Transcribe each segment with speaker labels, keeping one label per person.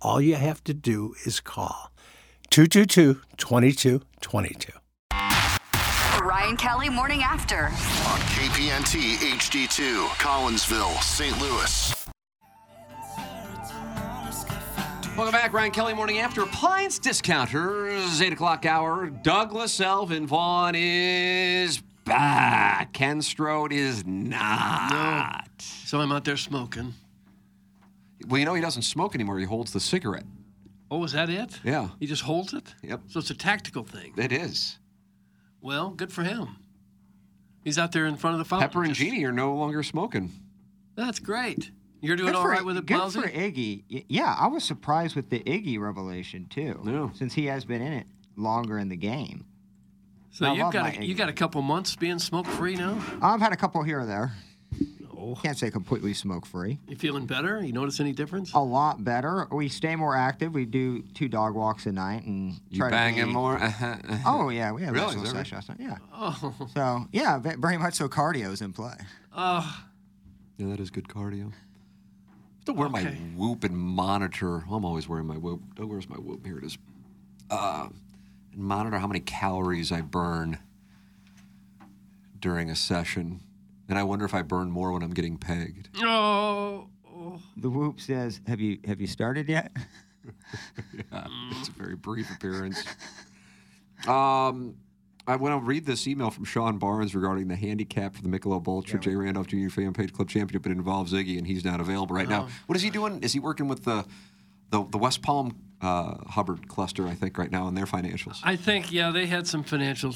Speaker 1: All you have to do is call 222 2222.
Speaker 2: Ryan Kelly Morning After.
Speaker 3: on KPNT HD2, Collinsville, St. Louis.
Speaker 4: Welcome back, Ryan Kelly. Morning after appliance discounters, eight o'clock hour. Douglas Elvin Vaughn is back. Ken Strode is not.
Speaker 5: So I'm out there smoking.
Speaker 4: Well, you know he doesn't smoke anymore. He holds the cigarette.
Speaker 5: Oh, is that it?
Speaker 4: Yeah.
Speaker 5: He just holds it?
Speaker 4: Yep.
Speaker 5: So it's a tactical thing.
Speaker 4: It is.
Speaker 5: Well, good for him. He's out there in front of the
Speaker 6: Oh,
Speaker 5: fountain.
Speaker 4: Pepper and
Speaker 5: just-
Speaker 4: Jeannie are no longer smoking.
Speaker 5: That's great. You're doing all
Speaker 6: for-
Speaker 5: right with it,
Speaker 6: good
Speaker 5: Palsy?
Speaker 6: for Iggy. Y- Yeah, I was surprised with the Iggy revelation too.
Speaker 4: Yeah.
Speaker 6: Since he has been in it longer in the game. I
Speaker 5: So you've
Speaker 6: love
Speaker 5: got
Speaker 6: my
Speaker 5: a, you got a couple months being smoke free now.
Speaker 6: I've had a couple here and there.
Speaker 4: Oh.
Speaker 5: No.
Speaker 6: Can't say completely smoke free.
Speaker 5: You feeling better? You notice any difference?
Speaker 6: A lot better. We stay more active. We do two dog walks a night and
Speaker 4: You
Speaker 6: try to
Speaker 4: bang him
Speaker 6: be-
Speaker 4: more. Uh-huh, uh-huh.
Speaker 6: Oh yeah, we had
Speaker 4: Really?
Speaker 6: a nice
Speaker 4: Is
Speaker 6: little
Speaker 4: that
Speaker 6: sesh last night. Yeah.
Speaker 7: Oh.
Speaker 6: So yeah, ve- very much so. Cardio's in play.
Speaker 5: Oh,
Speaker 4: Yeah, that is good cardio. Don't wear my
Speaker 5: Okay.
Speaker 4: whoop and monitor. I'm always wearing my whoop. Oh, where's my whoop? Here it is. Uh, and monitor how many calories I burn during a session. And I wonder if I burn more when I'm getting pegged.
Speaker 5: oh, oh.
Speaker 6: The whoop says, "Have you have you started yet?"
Speaker 4: It's a very brief appearance. Um, I want to read this email from Sean Barnes regarding the handicap for the Michelob Ultra J. Randolph Jr. Fan Page Club Championship. It involves Ziggy, and he's not available right now. What is he doing? Is he working with the the, the West Palm uh, Hubbard cluster? I think right now in their financials.
Speaker 5: I think yeah, they had some financial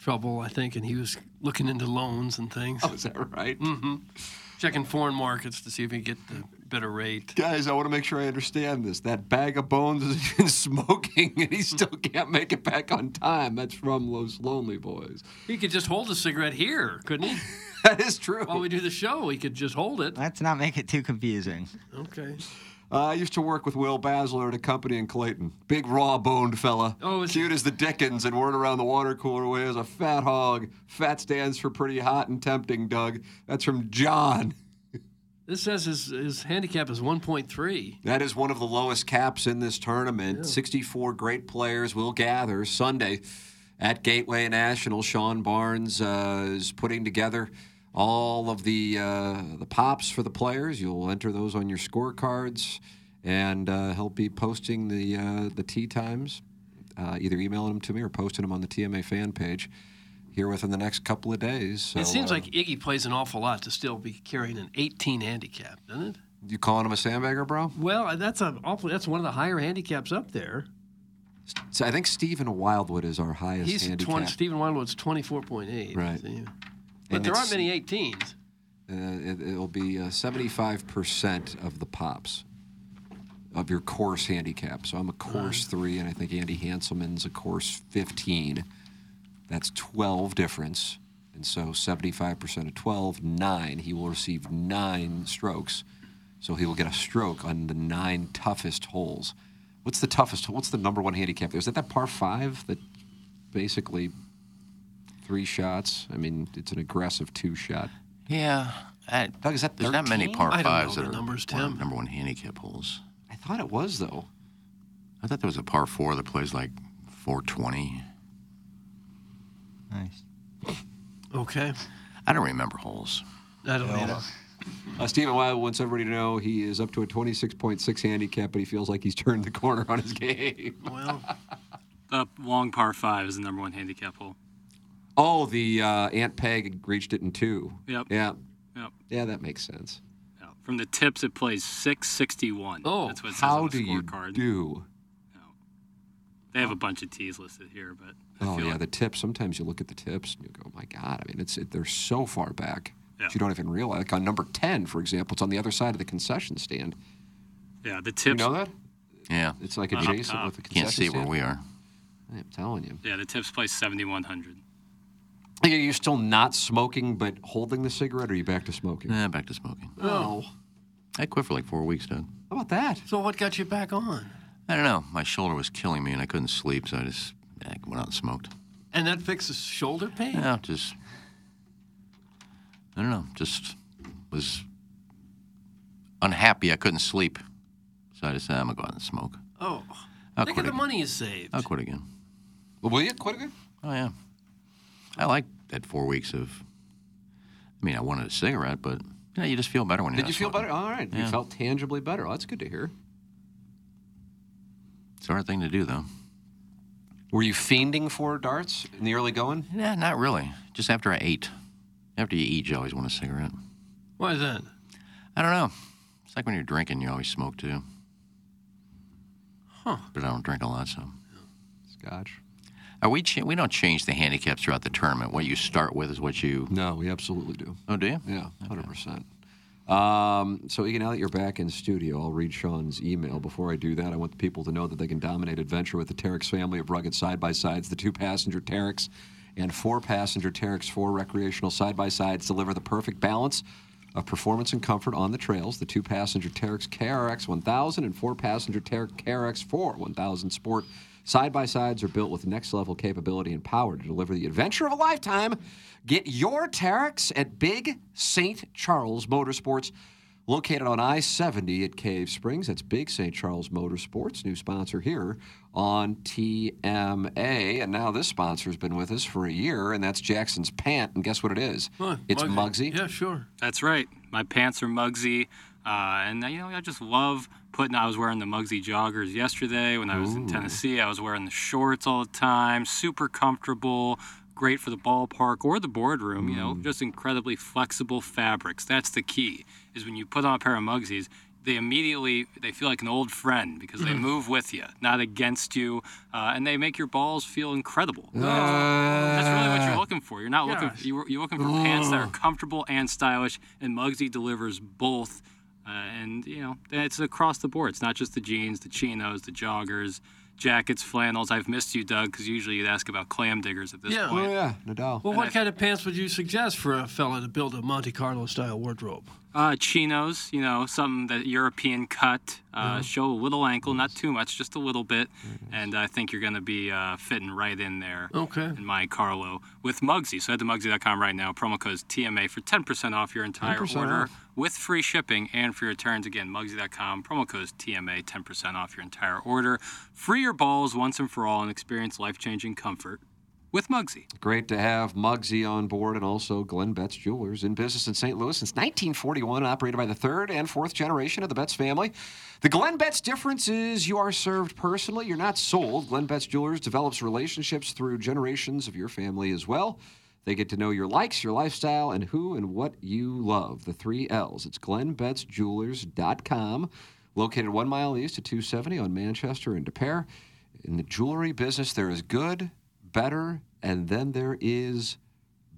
Speaker 5: trouble. I think, and he was looking into loans and things,
Speaker 4: Is that right?
Speaker 5: checking foreign markets to see if he could get the better rate.
Speaker 4: Guys, I want to make sure I understand this. That bag of bones has been smoking, and he still can't make it back on time. That's from Los Lonely Boys.
Speaker 5: He could just hold a cigarette here, couldn't he?
Speaker 4: That is true.
Speaker 5: While we do the show, he could just hold it.
Speaker 6: Let's not make it too confusing.
Speaker 5: Okay.
Speaker 4: Uh, I used to work with Will Basler at a company in Clayton. Big raw boned fella.
Speaker 5: Oh, is he-
Speaker 4: Cute as the Dickens and word around the water cooler way as a fat hog. Fat stands for pretty hot and tempting, Doug. That's from John.
Speaker 5: This says his, his handicap is 1.3.
Speaker 4: That is one of the lowest caps in this tournament. 64 great players will gather Sunday at Gateway National. Sean Barnes uh, is putting together all of the uh, the pops for the players. You'll enter those on your scorecards, and uh, he'll be posting the uh, the tee times, uh, either emailing them to me or posting them on the TMA fan page here within the next couple of days. So,
Speaker 5: It seems
Speaker 4: uh,
Speaker 5: like Iggy plays an awful lot to still be carrying an 18 handicap, doesn't it?
Speaker 4: you calling him a sandbagger, bro.
Speaker 5: Well, that's an awful. That's one of the higher handicaps up there.
Speaker 4: So I think Stephen Wildwood is our highest
Speaker 5: He's
Speaker 4: handicap.
Speaker 5: 20. Stephen Wildwood's 24.8.
Speaker 4: Right.
Speaker 5: see. But
Speaker 4: And
Speaker 5: there
Speaker 4: it's-
Speaker 5: aren't many 18s.
Speaker 4: Uh, it, it'll be uh, 75% of the pops of your course handicap. So I'm a course three, and I think Andy Hanselman's a course 15. That's 12 difference. And so 75% of 12, nine. He will receive nine strokes. So he will get a stroke on the nine toughest holes. What's the toughest? What's the number one handicap there? Is that that par five that basically three shots? I mean, it's an aggressive two shot.
Speaker 8: Yeah. I,
Speaker 4: Doug, is that
Speaker 8: there's not many
Speaker 4: 13?
Speaker 8: par
Speaker 5: I don't
Speaker 8: fives
Speaker 5: know
Speaker 8: that
Speaker 5: the
Speaker 8: are
Speaker 5: numbers,
Speaker 8: one-
Speaker 5: Tim.
Speaker 8: number one handicap holes.
Speaker 4: I thought it was though.
Speaker 8: I thought there was a par four that plays like 420.
Speaker 6: Nice.
Speaker 5: Okay.
Speaker 8: I don't remember holes.
Speaker 5: I don't know.
Speaker 4: Uh, Stephen Wild wants everybody to know he is up to a 26.6 handicap, but he feels like he's turned the corner on his game.
Speaker 5: Well,
Speaker 7: The long par five is the number one handicap hole.
Speaker 4: Oh, the uh, Aunt Peg reached it in two.
Speaker 7: Yep.
Speaker 4: Yeah.
Speaker 7: Yep.
Speaker 4: Yeah, that makes sense.
Speaker 7: Yeah. From the tips, it plays 661.
Speaker 5: Oh,
Speaker 7: That's what it says on
Speaker 4: How
Speaker 7: the
Speaker 4: do you
Speaker 7: scorecard.
Speaker 4: do?
Speaker 7: They have a bunch of T's listed here, but I
Speaker 4: Oh
Speaker 7: feel
Speaker 4: yeah,
Speaker 7: like
Speaker 4: the tips. Sometimes you look at the tips and you go, oh, "My God!" I mean, it's it, they're so far back
Speaker 7: Yeah.
Speaker 4: that you don't even realize. Like on number ten, for example, it's on the other side of the concession stand.
Speaker 7: yeah, the tips.
Speaker 4: You know that?
Speaker 1: Yeah.
Speaker 4: It's like
Speaker 7: Up
Speaker 4: adjacent
Speaker 7: top.
Speaker 4: with the concession
Speaker 1: Can't see where
Speaker 4: stand.
Speaker 1: we are.
Speaker 4: I'm telling you.
Speaker 7: Yeah, the tips plays 7100.
Speaker 4: Yeah, You're still not smoking, but holding the cigarette. Or are you back to smoking?
Speaker 1: Nah, back to smoking.
Speaker 4: No. How
Speaker 1: I quit for like four weeks, Doug.
Speaker 4: about that?
Speaker 5: So what got you back on?
Speaker 1: I don't know. My shoulder was killing me, and I couldn't sleep, so I just I went out and smoked.
Speaker 5: And that fixes shoulder pain?
Speaker 1: Yeah, just I don't know. Just was unhappy. I couldn't sleep, so I decided I'm gonna go out and smoke.
Speaker 5: Oh.
Speaker 1: I'll
Speaker 5: Think
Speaker 1: quit
Speaker 5: of the
Speaker 1: again.
Speaker 5: money you saved.
Speaker 1: I'll quit again.
Speaker 4: Well, will you quit again?
Speaker 1: Oh yeah, I like that four weeks of. I mean, I wanted a cigarette, but you know, you just feel better when you're.
Speaker 4: Did
Speaker 1: not
Speaker 4: you feel
Speaker 1: smoking.
Speaker 4: better? All right. You
Speaker 1: Yeah.
Speaker 4: felt tangibly better. Oh, that's good to hear.
Speaker 1: It's a hard thing to do, though.
Speaker 4: Were you fiending for darts in the early going?
Speaker 1: Nah, not really. Just after I ate. After you eat, you always want a cigarette.
Speaker 5: Why is that?
Speaker 1: I don't know. It's like when you're drinking, you always smoke too.
Speaker 5: Huh.
Speaker 1: But I don't drink a lot, so.
Speaker 4: Scotch.
Speaker 1: Are we? Cha- we don't change the handicaps throughout the tournament. What you start with is what you.
Speaker 4: No, we absolutely do.
Speaker 1: Oh, do you?
Speaker 4: Yeah, hundred percent. Um, so Egan, now that you're back in studio, I'll read Sean's email. Before I do that, I want the people to know that they can dominate adventure with the Terex family of rugged side by sides. The two passenger Terex and four passenger Terex four recreational side by sides deliver the perfect balance of performance and comfort on the trails. The two passenger Terex KRX 1000 and four passenger Terex KRX 4 1000 Sport Side by sides are built with next level capability and power to deliver the adventure of a lifetime. Get your Terex at Big St. Charles Motorsports, located on I 70 at Cave Springs. That's Big St. Charles Motorsports, new sponsor here on TMA. And now this sponsor's been with us for a year, and that's Jackson's Pant. And guess what it is?
Speaker 5: Huh,
Speaker 4: it's
Speaker 5: Muggsy.
Speaker 4: Mugsy.
Speaker 5: Yeah, sure.
Speaker 7: That's right. My pants are Mugsy, uh, and you know I just love putting. I was wearing the Mugsy joggers yesterday when I was in Tennessee. I was wearing the shorts all the time. Super comfortable. Great for the ballpark or the boardroom. You know, just incredibly flexible fabrics. That's the key. Is when you put on a pair of Mugsies. They immediately they feel like an old friend because they move with you, not against you, uh, and they make your balls feel incredible. That's really what you're looking for. You're not looking.
Speaker 5: Gosh.
Speaker 7: You're, you're looking for pants that are comfortable and stylish, and Muggsy delivers both. Uh, and you know, it's across the board. It's not just the jeans, the chinos, the joggers, jackets, flannels. I've missed you, Doug, because usually you'd ask about clam diggers at this
Speaker 5: Yeah.
Speaker 7: point.
Speaker 4: Oh, yeah, Nadal.
Speaker 5: Well, what kind of pants would you suggest for a fella to build a Monte Carlo style wardrobe?
Speaker 7: Uh, chinos, you know, something that European cut, uh, show a little ankle, not too much, just a little bit,
Speaker 1: Mm-hmm.
Speaker 7: and I think you're going to be uh, fitting right in there.
Speaker 5: Okay.
Speaker 7: In my Carlo with Mugsy. So head to Mugsy.com right now. Promo code is TMA for 10% off your entire
Speaker 4: 10%
Speaker 7: order
Speaker 4: off.
Speaker 7: with free shipping and free returns. Again, Mugsy.com. Promo code is TMA. 10% off your entire order. Free your balls once and for all and experience life changing comfort with Mugsy.
Speaker 4: Great to have Muggsy on board and also Glenn Betts Jewelers in business in St. Louis since 1941, operated by the third and fourth generation of the Betts family. The Glenn Betts difference is you are served personally, you're not sold. Glenn Betts Jewelers develops relationships through generations of your family as well. They get to know your likes, your lifestyle, and who and what you love. The three L's. It's glennbettsjewelers.com, located one mile east of 270 on Manchester and De Pere. In the jewelry business, there is good, better, and then there is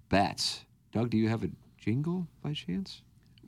Speaker 4: bets. Doug, do you have a jingle by chance?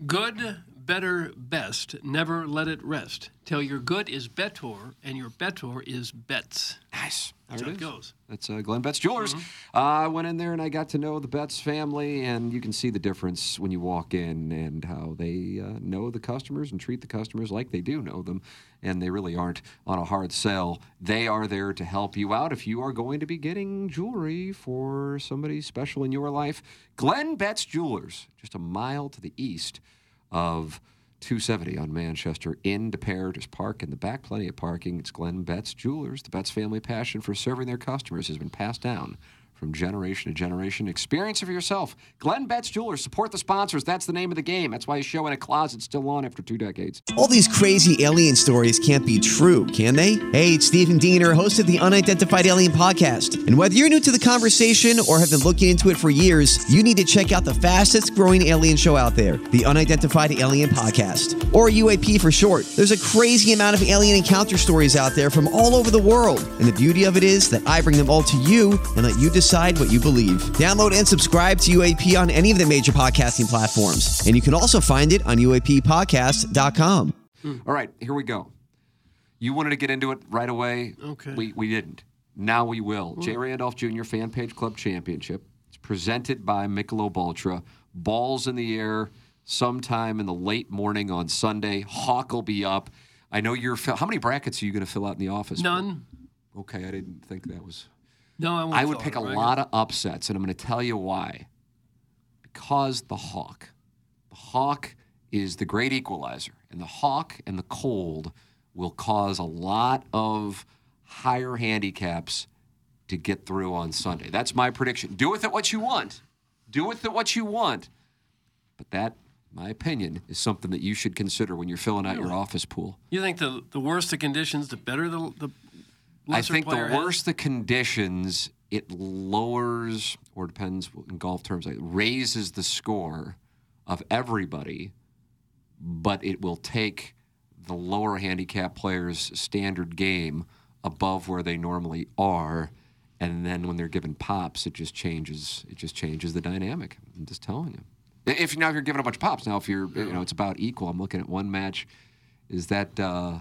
Speaker 5: Good, better, best. Never let it rest. Till your good is better and your better is bets.
Speaker 4: Nice. There
Speaker 5: That's how
Speaker 4: it
Speaker 5: it
Speaker 4: is.
Speaker 5: goes.
Speaker 4: That's uh, Glenn Betts Jewelers. Uh, I went in there and I got to know the Betts family, and you can see the difference when you walk in and how they uh, know the customers and treat the customers like they do know them, and they really aren't on a hard sell. They are there to help you out if you are going to be getting jewelry for somebody special in your life. Glenn Betts Jewelers, just a mile to the east of 270 on Manchester in De Pere. Just park in the back, plenty of parking. It's Glenn Betts Jewelers. The Betts family passion for serving their customers has been passed down from generation to generation. Experience it for yourself. Glenn Betts Jewelers, support the sponsors. That's the name of the game. That's why his show in a closet's still on after two decades.
Speaker 9: All these crazy alien stories can't be true, can they? Hey, it's Stephen Diener, host of the Unidentified Alien Podcast. And whether you're new to the conversation or have been looking into it for years, you need to check out the fastest growing alien show out there, the Unidentified Alien Podcast, or UAP for short. There's a crazy amount of alien encounter stories out there from all over the world. And the beauty of it is that I bring them all to you and let you decide what you believe. Download and subscribe to UAP on any of the major podcasting platforms. And you can also find it on UAPpodcast.com.
Speaker 4: All right, here we go. You wanted to get into it right away.
Speaker 5: Okay.
Speaker 4: We, we didn't. Now we will. Jay Randolph Jr. Fan Page Club Championship. It's presented by Michelob Ultra. Balls in the air sometime in the late morning on Sunday. Hawk will be up. I know you're. Fill- How many brackets are you going to fill out in the office?
Speaker 5: None.
Speaker 4: Okay, I didn't think that was.
Speaker 5: No, I won't
Speaker 4: I would
Speaker 5: fill
Speaker 4: pick a
Speaker 5: out a
Speaker 4: lot of upsets, and I'm going to tell you why. Because the hawk, the hawk is the great equalizer, and the hawk and the cold will cause a lot of higher handicaps to get through on Sunday. That's my prediction. Do with it what you want. Do with it what you want. But that, my opinion, is something that you should consider when you're filling out your office pool.
Speaker 5: You think the the worse the conditions, the better the the
Speaker 4: I
Speaker 5: lesser
Speaker 4: think the
Speaker 5: player has?
Speaker 4: worse the conditions, it lowers, or depends in golf terms, it raises the score of everybody, but it will take the lower handicap players' standard game above where they normally are. And then when they're given pops, it just changes. It just changes the dynamic. I'm just telling you. I- If now if you're giving a bunch of pops, now if you're you know it's about equal. I'm looking at one match. Is that uh,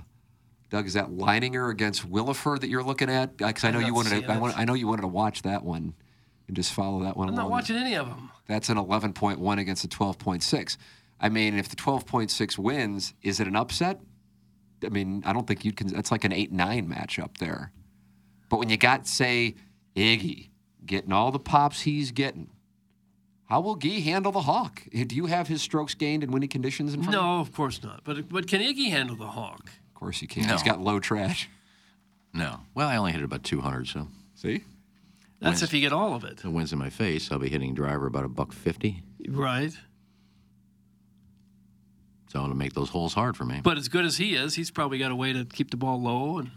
Speaker 4: Doug, is that Leininger against Williford that you're looking at? Because I
Speaker 5: I'm
Speaker 4: know you
Speaker 5: not
Speaker 4: wanted
Speaker 5: seeing
Speaker 4: to, I,
Speaker 5: it.
Speaker 4: want, I know you wanted to watch that one and just follow that one.
Speaker 5: I'm not
Speaker 4: along.
Speaker 5: watching any of them.
Speaker 4: That's an 11.1 against a 12.6. I mean, if the 12.6 wins, is it an upset? I mean, I don't think you'd. Con- that's like an eight-nine match up there. But when you got, say, Iggy getting all the pops he's getting, how will Gee handle the hawk? Do you have his strokes gained in winning conditions in front? of you?
Speaker 5: No, of course not. But but can Iggy handle the hawk?
Speaker 4: Of course he can. He's got low trash.
Speaker 1: No. Well, I only hit about 200, so.
Speaker 4: See?
Speaker 5: That's if you get all of it.
Speaker 1: The wind's in my face. I'll be hitting driver about a buck 50.
Speaker 5: Right.
Speaker 1: So it'll make those holes hard for me.
Speaker 5: But as good as he is, he's probably got a way to keep the ball low and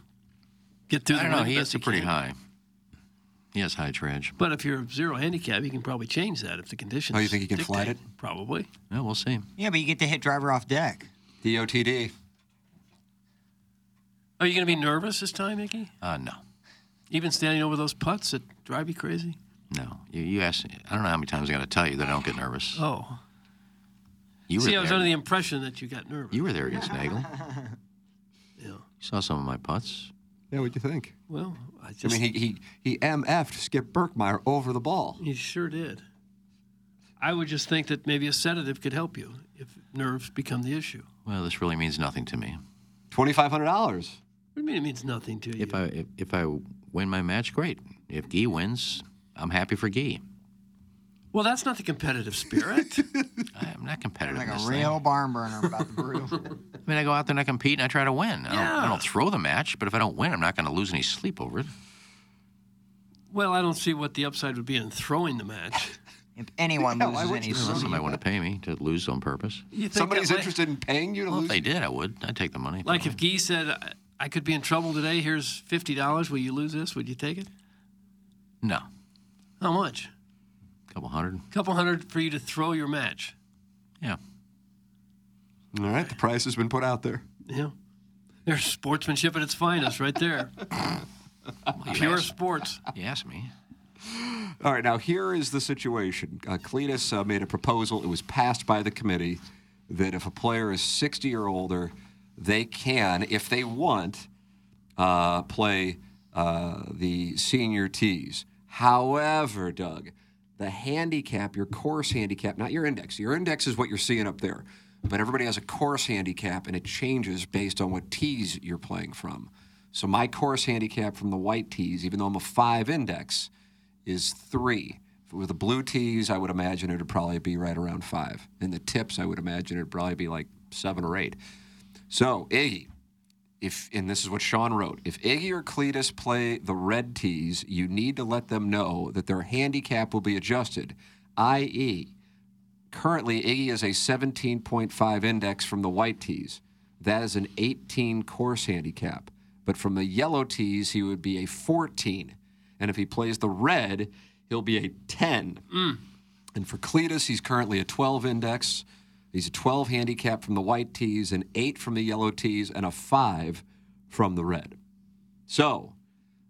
Speaker 5: get through
Speaker 1: I
Speaker 5: the
Speaker 1: don't know.
Speaker 5: wind
Speaker 1: He
Speaker 5: best
Speaker 1: hits it pretty
Speaker 5: can.
Speaker 1: high. He has high trash.
Speaker 5: But if you're zero handicap, you can probably change that if the conditions.
Speaker 1: Oh, you think he can flat
Speaker 5: dictate. Probably.
Speaker 1: Yeah, we'll see.
Speaker 10: Yeah, but you get to hit driver off deck.
Speaker 4: DOTD.
Speaker 5: Are you going to be nervous this time, Iggy?
Speaker 1: Uh, no.
Speaker 5: Even standing over those putts that drive you crazy?
Speaker 1: No. You, you asked. I don't know how many times I got to tell you that I don't get nervous.
Speaker 5: Oh.
Speaker 1: You were
Speaker 5: See,
Speaker 1: there.
Speaker 5: I was under the impression that you got nervous.
Speaker 1: You were there against Nagel. You saw some of my putts.
Speaker 4: Yeah, what'd you think?
Speaker 5: Well, I
Speaker 4: I
Speaker 5: just.
Speaker 4: mean, he he he MF'd Skip Berkmeyer over the ball.
Speaker 5: he sure did. I would just think that maybe a sedative could help you if nerves become the issue.
Speaker 1: Well, this really means nothing to me.
Speaker 4: Twenty five hundred dollars.
Speaker 5: What do you mean it means nothing to you?
Speaker 1: If I Uh, if, if I win my match, great. If Gee wins, I'm happy for Gee.
Speaker 5: Well, that's not the competitive spirit.
Speaker 1: I'm not competitive.
Speaker 10: Like
Speaker 1: in
Speaker 10: a
Speaker 1: this
Speaker 10: real barn burner about the brew.
Speaker 1: thing. I mean, I go out there and I compete and I try to win. I, don't,
Speaker 5: Yeah.
Speaker 1: I don't throw the match, but if I don't win, I'm not going to lose any sleep over it.
Speaker 5: well, I don't see what the upside would be in throwing the match.
Speaker 10: if anyone
Speaker 4: Yeah, why
Speaker 10: loses
Speaker 4: would
Speaker 10: any
Speaker 4: you?
Speaker 10: sleep.
Speaker 1: Somebody want to pay me to lose on purpose.
Speaker 5: You think
Speaker 4: Somebody's
Speaker 5: that way-
Speaker 4: interested in paying you to
Speaker 1: Well, if
Speaker 4: lose.
Speaker 1: they did, I would. I'd take the money.
Speaker 5: Like if Gee said, "I- "I could be in trouble today. Here's fifty dollars. Will you lose this? Would you take it?
Speaker 1: no,
Speaker 5: How much?
Speaker 1: couple hundred.
Speaker 5: A couple hundred for you to throw your match.
Speaker 1: Yeah.
Speaker 4: All right, the price has been put out there.
Speaker 5: You know, there's sportsmanship at its finest, right there. Pure sports.
Speaker 1: You asked me.
Speaker 4: All right, now here is the situation. Uh, Cletus uh, made a proposal. It was passed by the committee that if a player is 60 or older, they can, if they want, uh, play uh, the senior tees. However, Doug, the handicap, your course handicap, not your index. Your index is what you're seeing up there, but everybody has a course handicap, and it changes based on what tees you're playing from. So my course handicap from the white tees, even though I'm a five index, is three. With the blue tees, I would imagine it would probably be right around five. And the tips, I would imagine it would probably be like seven or eight. So, Iggy, if and this is what Sean wrote, if Iggy or Cletus play the red tees, you need to let them know that their handicap will be adjusted, e, i.e., currently Iggy is a 17.5 index from the white tees. That is an 18 course handicap. But from the yellow tees, he would be a 14. And if he plays the red, he'll be a 10. And for Cletus, he's currently a 12 index. He's a 12 handicap from the white tees, an 8 from the yellow tees, and a 5 from the red. So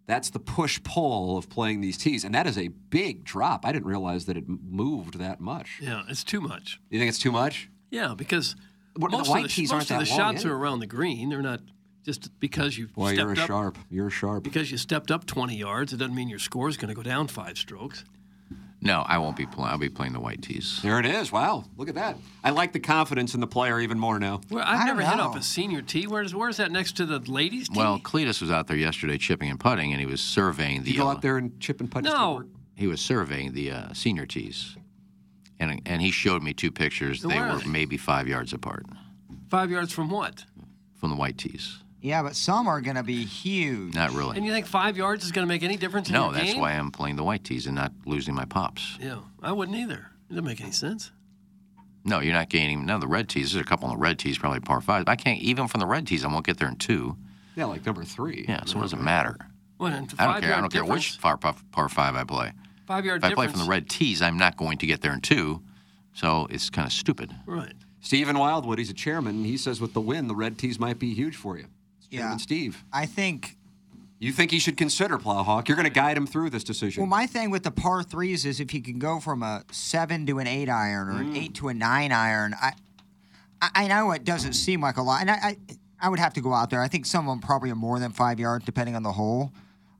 Speaker 4: that's the push pull of playing these tees. And that is a big drop. I didn't realize that it m- moved that much.
Speaker 5: Yeah, it's too much.
Speaker 4: You think it's too much?
Speaker 5: Yeah, because
Speaker 4: What- the
Speaker 5: most
Speaker 4: white
Speaker 5: of the,
Speaker 4: tees
Speaker 5: most
Speaker 4: aren't
Speaker 5: of the
Speaker 4: that long,
Speaker 5: shots
Speaker 4: yeah.
Speaker 5: are around the green. They're not just because you
Speaker 4: Boy,
Speaker 5: stepped
Speaker 4: you're a
Speaker 5: up
Speaker 4: sharp. You're a sharp.
Speaker 5: because you stepped up 20 yards. It doesn't mean your score is going to go down five strokes.
Speaker 1: No, I won't be playing. I'll be playing the white tees.
Speaker 4: There it is. Wow. Look at that. I like the confidence in the player even more now.
Speaker 5: Well, I've never hit off a senior tee. Where's where's that next to the ladies tee?
Speaker 1: Well, Cletus was out there yesterday chipping and putting, and he was surveying the.
Speaker 4: You go out there and chip and putt.
Speaker 5: no,
Speaker 1: He was surveying the uh, senior tees, and and he showed me two pictures.
Speaker 5: So
Speaker 1: they
Speaker 5: where are
Speaker 1: were
Speaker 5: they?
Speaker 1: maybe five yards apart
Speaker 5: five yards from what?
Speaker 1: from the white tees.
Speaker 6: Yeah, but some are going to be huge.
Speaker 1: Not really.
Speaker 5: And you think five yards is going to make any difference? in
Speaker 1: No,
Speaker 5: your
Speaker 1: that's
Speaker 5: game?
Speaker 1: why I'm playing the white tees and not losing my pops.
Speaker 5: Yeah, I wouldn't either. It doesn't make any sense.
Speaker 1: No, you're not gaining. No, the red tees. There's a couple on the red tees, probably par five. I can't even from the red tees. I won't get there in two.
Speaker 4: Yeah, like number three.
Speaker 1: Yeah, so what does it matter?
Speaker 5: Well, and
Speaker 1: I
Speaker 5: five
Speaker 1: don't care. I
Speaker 5: yard
Speaker 1: don't care which par, par, par five I play.
Speaker 5: Five
Speaker 1: If
Speaker 5: yard
Speaker 1: I play
Speaker 5: difference.
Speaker 1: from the red tees, I'm not going to get there in two. So it's kind of stupid.
Speaker 5: Right.
Speaker 4: Stephen Wildwood, he's a chairman, and he says with the win, the red tees might be huge for you. It's Chairman
Speaker 6: Yeah.
Speaker 4: Steve.
Speaker 6: I think.
Speaker 4: You think he should consider Plowhawk? You're going to guide him through this decision.
Speaker 6: Well, my thing with the par threes is if you can go from a seven to an eight iron or
Speaker 1: Mm.
Speaker 6: an eight to a nine iron, I, I, I know it doesn't seem like a lot, and I, I, I would have to go out there. I think some of them probably are more than five yards, depending on the hole.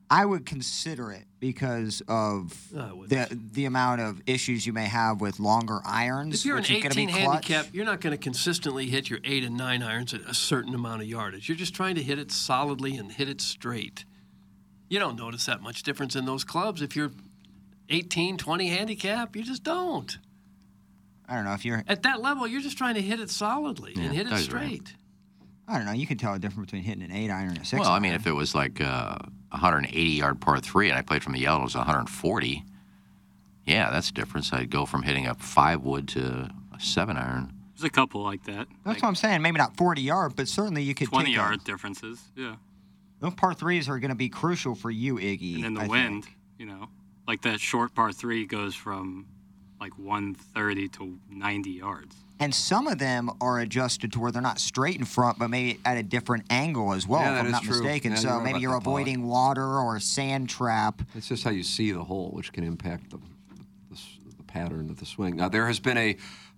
Speaker 6: I would consider it because of the the amount of issues you may have with longer irons,
Speaker 5: If you're an
Speaker 6: which is going to be
Speaker 5: 18
Speaker 6: clutch.
Speaker 5: handicap, you're not going to consistently hit your eight and nine irons at a certain amount of yardage. You're just trying to hit it solidly and hit it straight. You don't notice that much difference in those clubs if you're 18, 20 handicap. You just don't.
Speaker 6: I don't know if you're.
Speaker 5: At that level, you're just trying to hit it solidly
Speaker 1: Yeah,
Speaker 5: and hit it
Speaker 1: that's right.
Speaker 5: straight.
Speaker 6: I don't know. You can tell the difference between hitting an eight iron and a six.
Speaker 1: Well, I
Speaker 6: iron.
Speaker 1: mean, if it was like uh, 180 yard par three and I played from the yellows 140, yeah, that's a difference. I'd go from hitting a five wood to a seven iron.
Speaker 11: There's a couple like that.
Speaker 6: That's what I'm saying. Maybe not 40 yard, but certainly you could
Speaker 11: 20
Speaker 6: take a-
Speaker 11: yard differences. Yeah.
Speaker 6: Those par threes are going to be crucial for you, Iggy.
Speaker 11: And then the
Speaker 6: I
Speaker 11: wind,
Speaker 6: think.
Speaker 11: you know, like that short par three goes from like 130 to 90 yards.
Speaker 6: And some of them are adjusted to where they're not straight in front, but maybe at a different angle as well,
Speaker 4: Yeah,
Speaker 6: if
Speaker 4: that
Speaker 6: I'm
Speaker 4: is
Speaker 6: not
Speaker 4: true.
Speaker 6: mistaken.
Speaker 4: Yeah,
Speaker 6: so
Speaker 4: you're right
Speaker 6: maybe
Speaker 4: about
Speaker 6: you're
Speaker 4: that, Paul.
Speaker 6: avoiding water or a sand trap.
Speaker 4: It's just how you see the hole, which can impact the, the, s- the pattern of the swing. Now, there has been a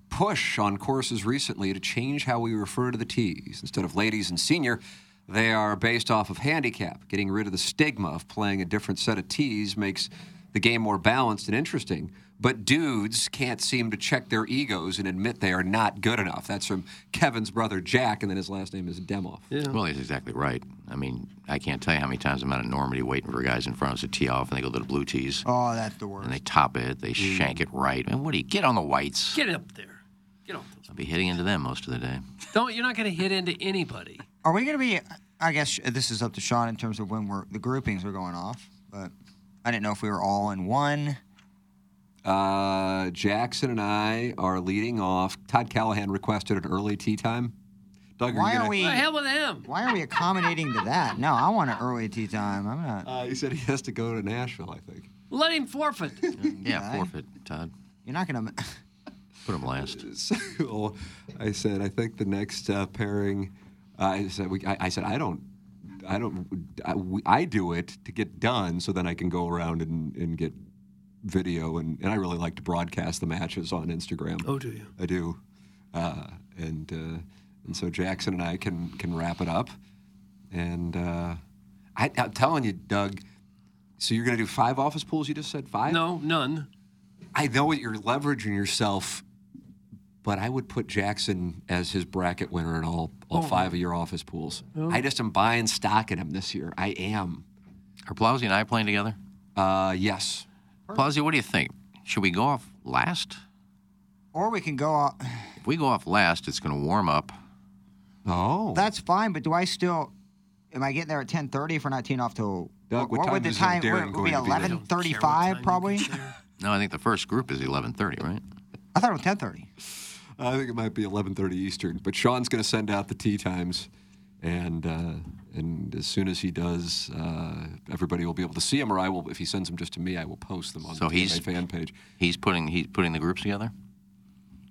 Speaker 4: push on courses recently to change how we refer to the tees. Instead of ladies and senior, they are based off of handicap. Getting rid of the stigma of playing a different set of tees makes the game more balanced and interesting. But dudes can't seem to check their egos and admit they are not good enough. That's from Kevin's brother Jack, and then his last name is Demoff.
Speaker 1: Well, he's exactly right. I mean, I can't tell you how many times I'm out at Normandy waiting for guys in front of us to tee off, and they go to the blue tees,
Speaker 6: Oh, that's the worst.
Speaker 1: and they top it, they shank it right. And what do you get on the whites?
Speaker 5: Get up there. Get off those.
Speaker 1: I'll be hitting into them most of the day.
Speaker 5: Don't. You're not going to hit into anybody.
Speaker 6: Are we going to be? I guess this is up to Sean in terms of when we're the groupings are going off, but I didn't know if we were all in one.
Speaker 4: Uh, Jackson and I are leading off. Todd Callahan requested an early tea time. Doug,
Speaker 6: Why
Speaker 4: you
Speaker 6: are
Speaker 4: gonna-
Speaker 6: we?
Speaker 5: The hell with him.
Speaker 6: Why are we accommodating to that? No, I want an early tea time. I'm not.
Speaker 4: Uh, he said he has to go to Nashville, I think.
Speaker 5: Let him forfeit.
Speaker 1: Yeah,
Speaker 6: Right.
Speaker 1: forfeit, Todd.
Speaker 6: You're not going to.
Speaker 1: Put them last.
Speaker 4: So I said, I think the next uh, pairing. Uh, I said, we, I, I said, I don't, I don't, I, we, I do it to get done, so then I can go around and, and get video, and, and I really like to broadcast the matches on Instagram.
Speaker 5: Oh, do you?
Speaker 4: I do, uh, and uh, and so Jackson and I can can wrap it up, and uh, I, I'm telling you, Doug. So you're gonna do five office pools? You just said five.
Speaker 5: No, none.
Speaker 4: I know that you're leveraging yourself, but I would put Jackson as his bracket winner in all all five of your office pools. I just am buying stock in him this year. I am.
Speaker 1: Are Plowsy and I playing together?
Speaker 4: Uh, yes.
Speaker 1: Plowsy, what do you think? Should we go off last?
Speaker 6: Or we can go. Off,
Speaker 1: If we go off last, it's going to warm up.
Speaker 4: Oh.
Speaker 6: that's fine, but do I still?
Speaker 10: Am I getting there at ten thirty if we're not teeing off till?
Speaker 1: Doug, what
Speaker 10: what
Speaker 1: time
Speaker 10: would the
Speaker 1: is
Speaker 10: time?
Speaker 1: Darren
Speaker 10: It would be
Speaker 1: going to be there? I don't care
Speaker 10: eleven
Speaker 1: what
Speaker 10: thirty-five probably.
Speaker 1: No, I think the first group is 11:30, right?
Speaker 10: I thought it was ten thirty.
Speaker 4: I think it might be 11:30 Eastern, but Sean's going to send out the tea times, and uh, and as soon as he does, uh, everybody will be able to see him, or I will. If he sends them just to me, I will post them on
Speaker 1: So
Speaker 4: the
Speaker 1: he's-
Speaker 4: TMA fan page.
Speaker 1: He's putting he's putting the groups together.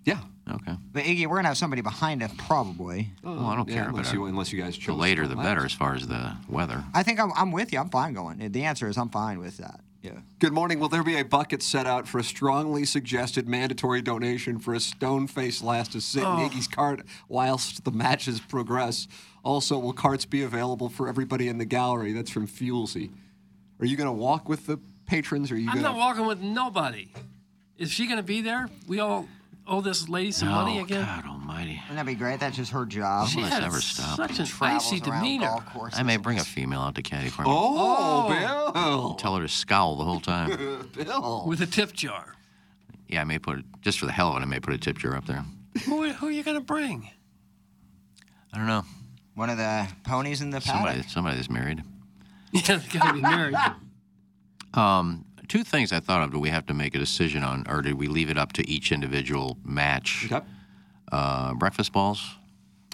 Speaker 4: Yeah.
Speaker 1: Okay.
Speaker 10: But Iggy, we're gonna have somebody behind us probably.
Speaker 1: Oh, Well, I don't care
Speaker 4: unless
Speaker 1: about
Speaker 4: you- unless you guys
Speaker 1: The
Speaker 4: chose
Speaker 1: later, the
Speaker 4: something
Speaker 1: better,
Speaker 4: else.
Speaker 1: as far as the weather.
Speaker 10: I think I'm, I'm with you. I'm fine going. The answer is I'm fine with that. Yeah.
Speaker 4: Good morning. Will there be a bucket set out for a strongly suggested mandatory donation for a stone face last to sit
Speaker 5: Oh.
Speaker 4: in Iggy's cart whilst the matches progress? Also, will carts be available for everybody in the gallery? That's from Fuelsy. Are you going to walk with the patrons? Or are you
Speaker 5: I'm
Speaker 4: going
Speaker 5: not
Speaker 4: to?
Speaker 5: walking with nobody. Is she going to be there? We all owe this lady some money again.
Speaker 1: Almighty.
Speaker 10: Wouldn't that be great? That's just her job.
Speaker 1: She Must had never stop. such an
Speaker 10: Travels
Speaker 5: icy
Speaker 10: around
Speaker 5: demeanor.
Speaker 10: golf courses.
Speaker 1: I may bring a female out to caddy for me.
Speaker 4: Oh, Bill!
Speaker 1: Tell her to scowl the whole time.
Speaker 4: Bill.
Speaker 5: With a tip jar.
Speaker 1: Yeah, I may put just for the hell of it. I may put a tip jar up there.
Speaker 5: Who, who are you going to bring?
Speaker 1: I don't know.
Speaker 10: One of the ponies in the paddock.
Speaker 1: Somebody, somebody that's married.
Speaker 5: Yeah, it's got to be married.
Speaker 1: Um, two things I thought of. Do we have to make a decision on, or do we leave it up to each individual match? Uh, breakfast balls.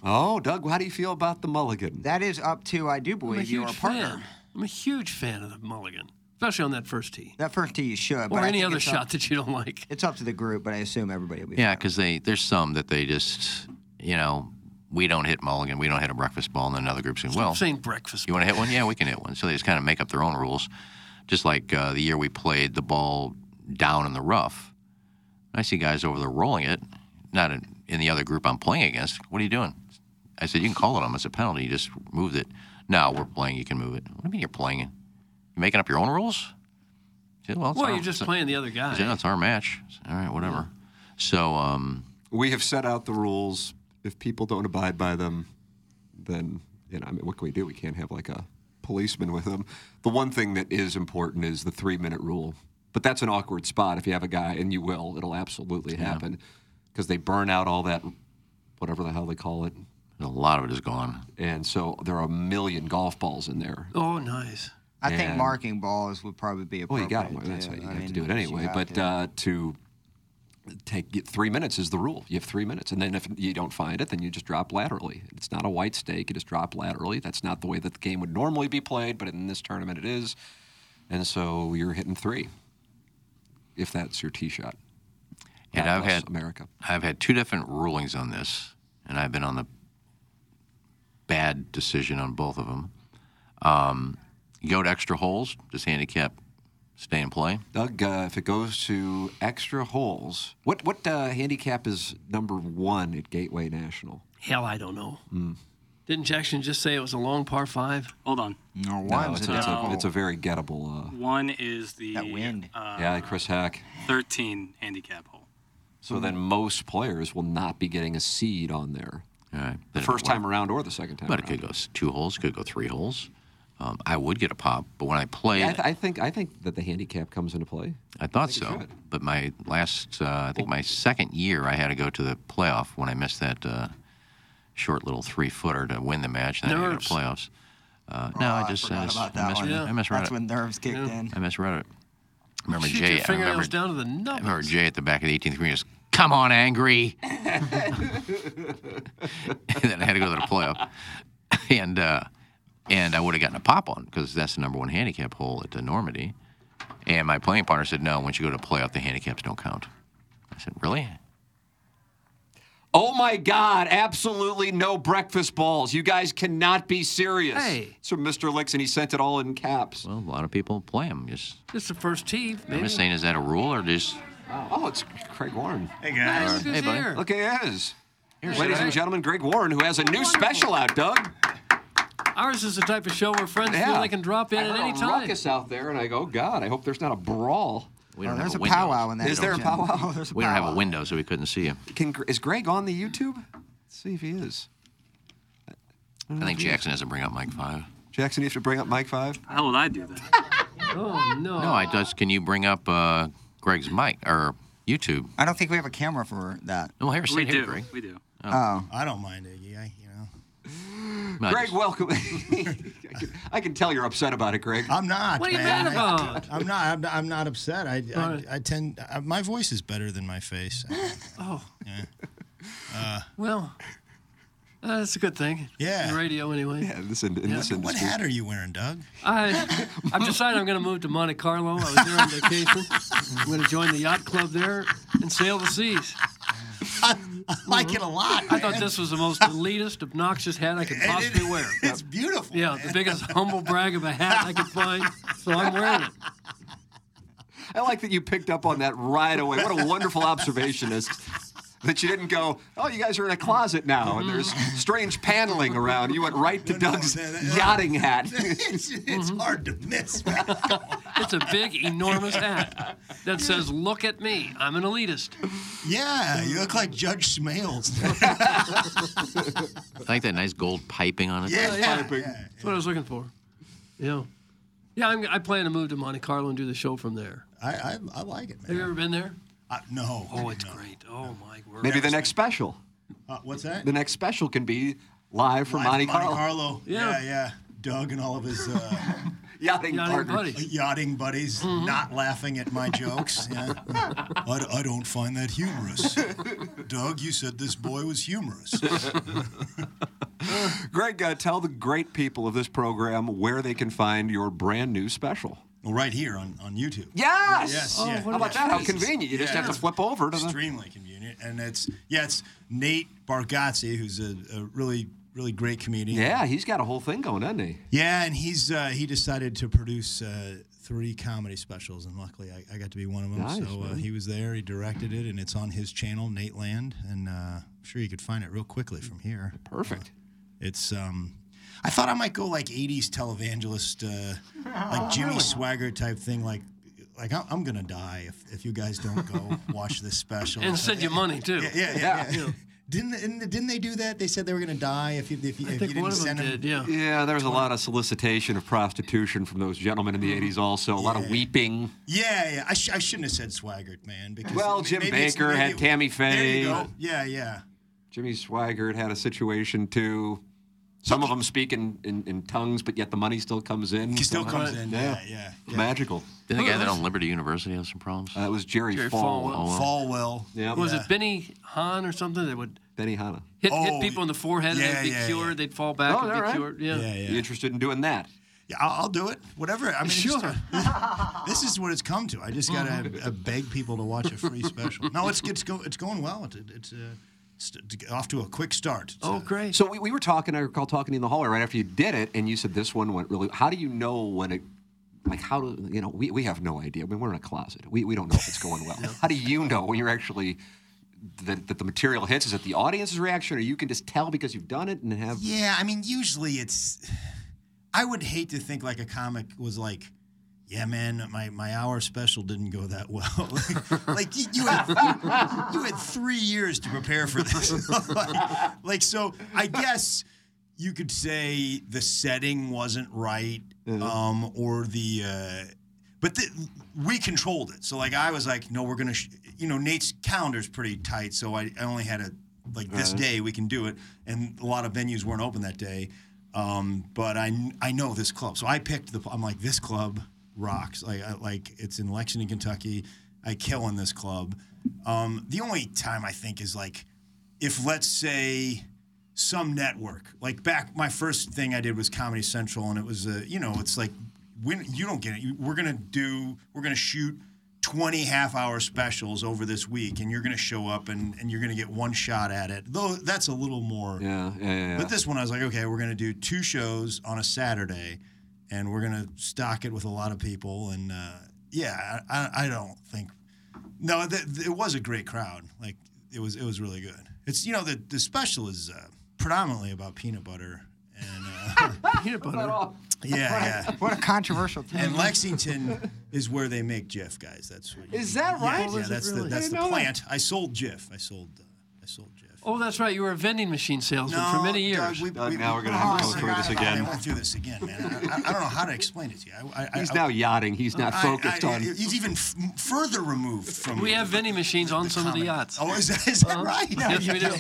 Speaker 4: Oh, Doug, how do you feel about the mulligan?
Speaker 10: That is up to, I do
Speaker 5: I'm a
Speaker 10: believe, your
Speaker 5: huge
Speaker 10: partner.
Speaker 5: fan. I'm a huge fan of the mulligan, especially on that first tee.
Speaker 10: That first tee you should.
Speaker 5: Or
Speaker 10: I
Speaker 5: any
Speaker 10: think
Speaker 5: other
Speaker 10: it's
Speaker 5: shot
Speaker 10: up,
Speaker 5: that you don't like.
Speaker 10: It's up to the group, but I assume everybody will be.
Speaker 1: Yeah, because they there's some that they just you know we don't hit mulligan, we don't hit a breakfast ball, and then another group's saying, well,
Speaker 5: I'm saying breakfast.
Speaker 1: you want to hit one? Yeah, we can hit one. So they just kind of make up their own rules, just like uh, the year we played the ball down in the rough. I see guys over there rolling it, not in, in the other group I'm playing against. What are you doing? I said you can call it on them. It's a penalty. You just moved it. No, we're playing. You can move it. What do you mean you're playing? You making up your own rules? I said, well, it's
Speaker 5: Well,
Speaker 1: our-
Speaker 5: you're just
Speaker 1: it's-
Speaker 5: playing the other
Speaker 1: I said,
Speaker 5: guy.
Speaker 1: "No, it's our match. I said, All right, whatever. So, um,
Speaker 4: We have set out the rules. If people don't abide by them, then you know, I mean, what can we do? We can't have like a policeman with them. The one thing that is important is the three-minute rule. But that's an awkward spot if you have a guy, and you will. It'll absolutely happen because they burn out all that, whatever the hell they call it.
Speaker 1: A lot of it is gone.
Speaker 4: And so there are a million golf balls in there.
Speaker 5: Oh, nice.
Speaker 10: I think
Speaker 4: And-
Speaker 10: marking balls would probably be
Speaker 4: Well, you
Speaker 10: appropriate.
Speaker 4: got to. That's
Speaker 10: too.
Speaker 4: how you
Speaker 10: I
Speaker 4: have to
Speaker 10: mean,
Speaker 4: do it anyway.
Speaker 10: you have
Speaker 4: But
Speaker 10: to.
Speaker 4: uh, to take get three minutes is the rule. You have three minutes, and then if you don't find it, then you just drop laterally. It's not a white stake. You just drop laterally. That's not the way that the game would normally be played, but in this tournament it is. And so you're hitting three, if that's your tee shot.
Speaker 1: and
Speaker 4: God
Speaker 1: I've
Speaker 4: bless
Speaker 1: had
Speaker 4: America.
Speaker 1: I've had two different rulings on this, and I've been on the bad decision on both of them. Um, you go to extra holes, just handicap, stay and play.
Speaker 4: Doug, uh, if it goes to extra holes, what what uh, handicap is number one at Gateway National?
Speaker 5: Hell, I don't know. Didn't Jackson just say it was a long par five?
Speaker 7: Hold on.
Speaker 10: No,
Speaker 4: no,
Speaker 10: one's
Speaker 4: it's,
Speaker 10: a
Speaker 4: it's a,
Speaker 10: difficult-
Speaker 4: it's a very gettable. Uh,
Speaker 7: One is the
Speaker 10: That wind.
Speaker 7: Uh,
Speaker 4: yeah, Chris Hack.
Speaker 7: 13 handicap hole.
Speaker 4: So then most players will not be getting a seed on there
Speaker 1: All right.
Speaker 4: the
Speaker 1: Then it
Speaker 4: first
Speaker 1: went-
Speaker 4: time around or the second time
Speaker 1: but it
Speaker 4: around.
Speaker 1: could go s- two holes, could go three holes. Um, I would get a pop, but when I played,
Speaker 4: Yeah,
Speaker 1: I,
Speaker 4: I, th- I think I think that the handicap comes into play.
Speaker 1: thought so. But my last, uh, I think my second year, I had to go to the playoff when I missed that uh, short little three footer to win the match. Then I got to
Speaker 5: Nerves.
Speaker 1: the playoffs. Uh, no, I
Speaker 10: Oh, I
Speaker 1: just
Speaker 10: forgot
Speaker 1: I, just,
Speaker 10: about
Speaker 1: I
Speaker 10: that
Speaker 1: misread,
Speaker 5: one.
Speaker 1: it. I misread
Speaker 10: That's
Speaker 1: it.
Speaker 10: when nerves kicked in.
Speaker 1: I misread it. Remember
Speaker 5: Shoot
Speaker 1: Jay?
Speaker 5: your
Speaker 1: I
Speaker 5: fingernails
Speaker 1: remember,
Speaker 5: down to the
Speaker 1: I remember
Speaker 5: nubbins.
Speaker 1: Jay at the back of the 18th green. Just come on, angry. and then I had to go to the playoff, and uh, and I would have gotten a pop on because that's the number one handicap hole at the Normandy. And my playing partner said, "No, once you go to playoff, the handicaps don't count." I said, "Really?"
Speaker 4: Oh my God! Absolutely no breakfast balls. You guys cannot be serious.
Speaker 5: Hey.
Speaker 4: it's from Mr. Licks, and he sent it all in caps.
Speaker 1: Well, a lot of people play them. Just
Speaker 5: It's the first tee.
Speaker 1: I'm
Speaker 5: Maybe.
Speaker 1: just saying, is that a rule or just?
Speaker 4: Oh, it's Craig Warren.
Speaker 6: Hey
Speaker 5: Hey,
Speaker 6: guys.
Speaker 5: look who's
Speaker 1: Hey, buddy.
Speaker 5: here.
Speaker 4: Look, he is. Ladies
Speaker 5: Hey.
Speaker 4: and gentlemen, Greg Warren, who has a new
Speaker 5: Wonderful.
Speaker 4: special out. Doug.
Speaker 5: Ours is the type of show where friends
Speaker 4: Yeah.
Speaker 5: feel they can drop in
Speaker 4: I
Speaker 5: at
Speaker 4: heard
Speaker 5: any
Speaker 4: a
Speaker 5: time.
Speaker 4: ruckus out there, and I go, God, I hope there's not a brawl.
Speaker 1: We
Speaker 10: Oh,
Speaker 1: don't
Speaker 10: there's
Speaker 1: have
Speaker 10: a
Speaker 1: a window.
Speaker 10: powwow in that.
Speaker 4: Is there a
Speaker 10: gym.
Speaker 4: powwow?
Speaker 10: Oh, there's a
Speaker 1: We don't have a
Speaker 10: powwow.
Speaker 1: window, so we couldn't see you.
Speaker 4: Can is Greg on the YouTube? Let's see if he is.
Speaker 1: I think Jackson has to bring up Mike Five.
Speaker 4: Jackson, you have to bring up Mike Five.
Speaker 7: How would I do that?
Speaker 5: Oh, no.
Speaker 1: No, I just can you bring up uh, Greg's mic or YouTube?
Speaker 10: I don't think we have a camera for that.
Speaker 1: No, here,
Speaker 7: we
Speaker 1: sit here,
Speaker 7: do.
Speaker 1: Greg.
Speaker 7: We do.
Speaker 10: Oh,
Speaker 6: I don't mind Iggy. I, you know.
Speaker 1: I
Speaker 4: Greg, welcome. I, can, I can tell you're upset about it, Greg.
Speaker 6: I'm not.
Speaker 5: What are you
Speaker 6: man.
Speaker 5: mad about?
Speaker 6: I, am not. I'm, I'm not upset. I,
Speaker 5: All
Speaker 6: I, I tend. I, my voice is better than my face.
Speaker 5: Oh,
Speaker 6: Yeah. Uh,
Speaker 5: well, uh, that's a good thing.
Speaker 6: Yeah.
Speaker 5: In radio, anyway.
Speaker 4: Yeah, this in, in
Speaker 5: Yeah.
Speaker 4: this industry.
Speaker 5: What
Speaker 6: what hat are you wearing, Doug?
Speaker 5: I, I've decided I'm going to move to Monte Carlo. I was there on vacation. I'm going to join the yacht club there and sail the seas.
Speaker 6: I, like it a lot.
Speaker 5: I thought this was the most elitist, obnoxious hat I could possibly wear.
Speaker 6: It's beautiful.
Speaker 5: Yeah, the biggest humble brag of a hat I could find. So I'm wearing it.
Speaker 4: I like that you picked up on that right away. What a wonderful observation is that you didn't go, oh, you guys are in a closet now and there's strange paneling around. You went right to Doug's yachting hat.
Speaker 6: it's it's hard to miss. man.
Speaker 5: It's a big, enormous hat that says, Look at me. I'm an elitist.
Speaker 6: Yeah, you look like Judge Smales.
Speaker 1: like that nice gold piping on it.
Speaker 6: yeah, yeah, yeah.
Speaker 5: That's what I was looking for. Yeah. Yeah, I'm, I plan to move to Monte Carlo and do the show from there.
Speaker 6: I, I I like it,
Speaker 5: Have you
Speaker 6: man.
Speaker 5: ever been there?
Speaker 6: I, no.
Speaker 5: Oh, it's
Speaker 6: no.
Speaker 5: great. Oh, my word.
Speaker 4: Maybe the next special.
Speaker 6: Uh, what's that?
Speaker 4: The next special can be live from
Speaker 6: Live
Speaker 4: Monte
Speaker 6: in
Speaker 4: Carlo.
Speaker 5: Yeah.
Speaker 6: Yeah. yeah, Doug and all of his uh,
Speaker 4: Yachting
Speaker 5: Yachting
Speaker 4: partners.
Speaker 5: buddy.
Speaker 6: yachting buddies not laughing at my jokes. Yeah. I, d- I don't find that humorous. Doug, you said this boy was humorous.
Speaker 4: Greg, uh, tell the great people of this program where they can find your brand new special.
Speaker 6: well, right here on, on YouTube.
Speaker 4: Yes!
Speaker 6: Yes.
Speaker 5: Oh,
Speaker 6: yeah.
Speaker 5: what
Speaker 4: How about that? How convenient. You just
Speaker 6: Yeah.
Speaker 4: have to flip over to the.
Speaker 6: extremely convenient. And it's yeah, it's Nate Bargatze, who's a, a really really great comedian.
Speaker 4: Yeah, he's got a whole thing going, doesn't he?
Speaker 6: Yeah, and he's uh, he decided to produce uh, three comedy specials, and luckily I, I got to be one of them.
Speaker 4: Nice,
Speaker 6: so uh,
Speaker 4: man.
Speaker 6: he was there, he directed it, and it's on his channel, Nate Land, and uh, I'm sure you could find it real quickly from here.
Speaker 4: Perfect.
Speaker 6: It's um, I thought I might go like '80s televangelist, uh, like Jimmy Swagger type thing, like. Like I- I'm gonna die if, if you guys don't go watch this special.
Speaker 5: And send you money, too.
Speaker 6: Yeah, yeah, Uh, yeah.
Speaker 4: Yeah.
Speaker 6: yeah. didn't, didn't didn't they do that? They said they were gonna die if you if you,
Speaker 5: I
Speaker 6: if
Speaker 5: think
Speaker 6: you didn't
Speaker 5: one of them
Speaker 6: send them.
Speaker 5: did, yeah.
Speaker 4: Yeah, there was a lot of solicitation of prostitution from those gentlemen in the 80s, also. A lot of weeping.
Speaker 6: Yeah, yeah. I, sh- I shouldn't have said Swaggart, man. Because
Speaker 4: Well,
Speaker 6: m-
Speaker 4: Jim
Speaker 6: maybe it's-
Speaker 4: Baker
Speaker 6: maybe
Speaker 4: had
Speaker 6: it-
Speaker 4: Tammy
Speaker 6: There you
Speaker 4: Faye.
Speaker 6: go. Yeah, yeah.
Speaker 4: Jimmy Swaggart had a situation, too. Some of them speak in, in, in tongues, but yet the money still comes in.
Speaker 6: He still comes
Speaker 4: Somehow.
Speaker 6: in. Yeah, yeah.
Speaker 4: It's Magical.
Speaker 1: Didn't the guy that on Liberty University have some problems?
Speaker 4: Uh, that was Jerry,
Speaker 5: Jerry
Speaker 4: Falwell.
Speaker 5: Falwell.
Speaker 6: Falwell.
Speaker 4: Yeah,
Speaker 5: Was it Benny Hahn or something that would
Speaker 4: Benny Hanna.
Speaker 5: hit,
Speaker 6: Oh,
Speaker 5: hit people in the forehead and they'd
Speaker 6: yeah,
Speaker 5: be
Speaker 6: yeah,
Speaker 5: cured?
Speaker 6: yeah.
Speaker 5: They'd fall back
Speaker 4: Oh,
Speaker 5: and
Speaker 4: is
Speaker 5: be
Speaker 4: that right?
Speaker 5: cured. Yeah.
Speaker 6: Yeah, yeah.
Speaker 4: You interested in doing that?
Speaker 6: Yeah, I'll, I'll do it. Whatever. I mean, it's just-
Speaker 5: Sure. Oh.
Speaker 6: this is what it's come to. I just gotta uh, beg people to watch a free special. No, it's it's, go, it's going well. It, it's uh, st- off to a quick start. It's,
Speaker 5: Oh,
Speaker 6: uh,
Speaker 5: great.
Speaker 4: So we, we were talking, I recall talking in the hallway right after you did it, and you said this one went really. How do you know when it, like, how do, you know, we, we have no idea. I mean, we're in a closet. We, we don't know if it's going well. How do you know when you're actually, that, that the material hits? Is it the audience's reaction, or you can just tell because you've done it and have.
Speaker 6: Yeah, I mean, usually it's. I would hate to think like a comic was like, yeah, man, my, my hour special didn't go that well. like you, you had you had three years to prepare for this. like, like, so, I guess you could say the setting wasn't right, um, or the. Uh, but the, we controlled it. So like I was like, no, we're gonna, sh-, you know, Nate's calendar's pretty tight. So I, I only had a like this day we can do it, and a lot of venues weren't open that day. Um, but I kn- I know this club, so I picked the. I'm like this club rocks. Like I, like it's in Lexington, Kentucky. I kill in this club. Um, the only time I think is like if let's say some network like back my first thing i did was comedy central and it was a you know it's like when you don't get it you, we're gonna do we're gonna shoot 20 half hour specials over this week and you're gonna show up and, and you're gonna get one shot at it though that's a little more
Speaker 4: Yeah, yeah, yeah. yeah.
Speaker 6: but this one, I was like, okay, we're gonna do two shows on a Saturday, and we're gonna stock it with a lot of people. And uh, yeah, I, I- I don't think. No, th- th- it was a great crowd. Like it was, it was really good. It's you know the the special is uh, predominantly about peanut butter, and uh,
Speaker 5: Peanut butter.
Speaker 6: yeah, yeah.
Speaker 10: What a controversial thing.
Speaker 6: And Lexington is where they make Jif, guys. That's what
Speaker 4: Is that right?
Speaker 6: Yeah,
Speaker 4: Oh, is it
Speaker 6: that's
Speaker 4: really?
Speaker 6: the
Speaker 4: I
Speaker 6: that's
Speaker 4: didn't
Speaker 6: the
Speaker 4: know that.
Speaker 6: plant. I sold Jif. I sold uh, I sold Jif.
Speaker 5: Oh, that's right. You were a vending machine salesman for many years.
Speaker 6: Doug, we-
Speaker 4: Doug,
Speaker 6: we-
Speaker 4: Uh, now
Speaker 6: we-
Speaker 4: we're gonna have to go through this
Speaker 6: I
Speaker 4: again.
Speaker 6: went through this again, man. I, I- I don't know how to explain it to you. I, I,
Speaker 4: He's
Speaker 6: I,
Speaker 4: now yachting. He's not
Speaker 6: I-
Speaker 4: focused
Speaker 6: I-
Speaker 4: on.
Speaker 6: He's even f- further removed from.
Speaker 5: We have vending
Speaker 6: Oh,
Speaker 5: machines on some of the
Speaker 6: comic.
Speaker 5: yachts.
Speaker 6: Oh, is that, is that right?
Speaker 5: Yes, we do.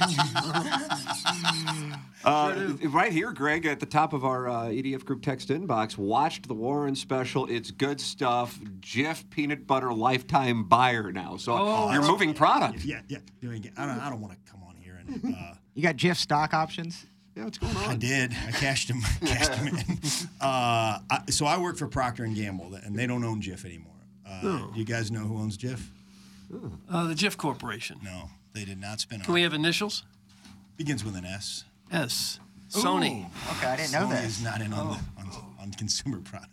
Speaker 4: Uh, right here, Greg, at the top of our uh, EDF group text inbox, watched the Warren special. It's good stuff. Jif peanut butter lifetime buyer now. So
Speaker 6: Oh,
Speaker 4: you're
Speaker 6: that's-
Speaker 4: moving product.
Speaker 6: Yeah, yeah. Doing it. I don't, I don't want to come on here and. Uh,
Speaker 10: You got Jif stock options?
Speaker 4: Yeah, what's going
Speaker 6: I did. I cashed them. cashed them in. Uh, I, so I work for Procter and Gamble, and they don't own Jif anymore. Uh,
Speaker 5: No.
Speaker 6: Do you guys know who owns Jif?
Speaker 5: Uh, the Jif Corporation.
Speaker 6: No, they did not spin off.
Speaker 5: Can we have initials?
Speaker 6: Begins with an S.
Speaker 5: S. Sony.
Speaker 10: okay, I didn't know
Speaker 6: Sony
Speaker 10: that.
Speaker 6: is not in on, the, on, on consumer product.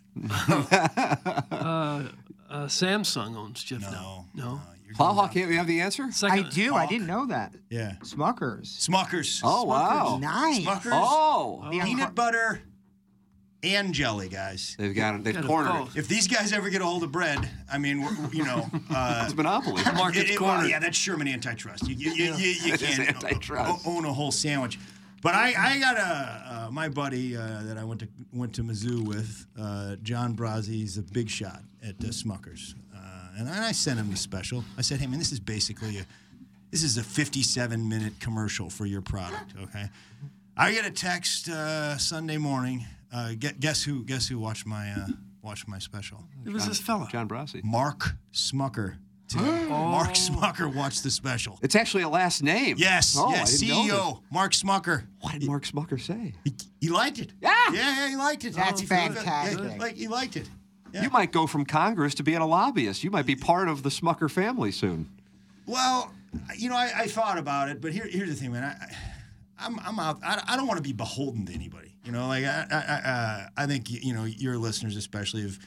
Speaker 5: Uh, uh, Samsung owns Jif now. No.
Speaker 4: Plowhawk, can't we have the answer?
Speaker 10: I do. I didn't know that.
Speaker 6: Yeah.
Speaker 10: Smuckers.
Speaker 6: Smuckers.
Speaker 10: Oh, wow.
Speaker 6: Smuckers.
Speaker 10: Nice.
Speaker 6: Smuckers.
Speaker 10: Oh. The
Speaker 6: Peanut
Speaker 10: uncro-
Speaker 6: butter and jelly, guys.
Speaker 4: They've got it. They've
Speaker 6: Got it
Speaker 4: cornered
Speaker 6: both. If these guys ever get a hold of bread, I mean, we're- we're- you know, uh,
Speaker 4: It's monopoly. The market's
Speaker 6: it- it-
Speaker 4: cornered.
Speaker 6: Yeah, that's Sherman antitrust. You, you, you,
Speaker 4: Yeah.
Speaker 6: you, you
Speaker 4: It is
Speaker 6: can't o-
Speaker 4: antitrust.
Speaker 6: o- own a whole sandwich. But I, I got a uh, my buddy uh, that I went to went to Mizzou with, uh, John Brazzi. He's a big shot at uh, Smuckers, uh, and I I sent him the special. I said, hey man, this is basically a this is a 57 minute commercial for your product. Okay, I get a text uh, Sunday morning. Uh, gue- guess who? Guess who watched my uh, watched my special?
Speaker 5: It was this fella.
Speaker 4: John Brasi.
Speaker 6: Mark Smucker. Today.
Speaker 10: Oh.
Speaker 6: Mark Smucker watched the special.
Speaker 4: It's actually a last name.
Speaker 6: Yes,
Speaker 4: Oh,
Speaker 6: yes.
Speaker 4: I didn't know
Speaker 6: CEO Mark Smucker.
Speaker 4: What did Mark Smucker say?
Speaker 6: He, he liked it.
Speaker 4: Yeah.
Speaker 6: yeah, yeah. He liked it. Oh,
Speaker 10: That's
Speaker 6: He felt-
Speaker 10: fantastic.
Speaker 6: yeah, like he liked it. Yeah.
Speaker 4: You might go from Congress to being a lobbyist. You might be part of the Smucker family soon.
Speaker 6: Well, you know, I, I thought about it, but here, here's the thing, man. I, I- I'm, I'm out. I, I don't want to be beholden to anybody. You know, like I, I, I, uh, I think you know your listeners especially have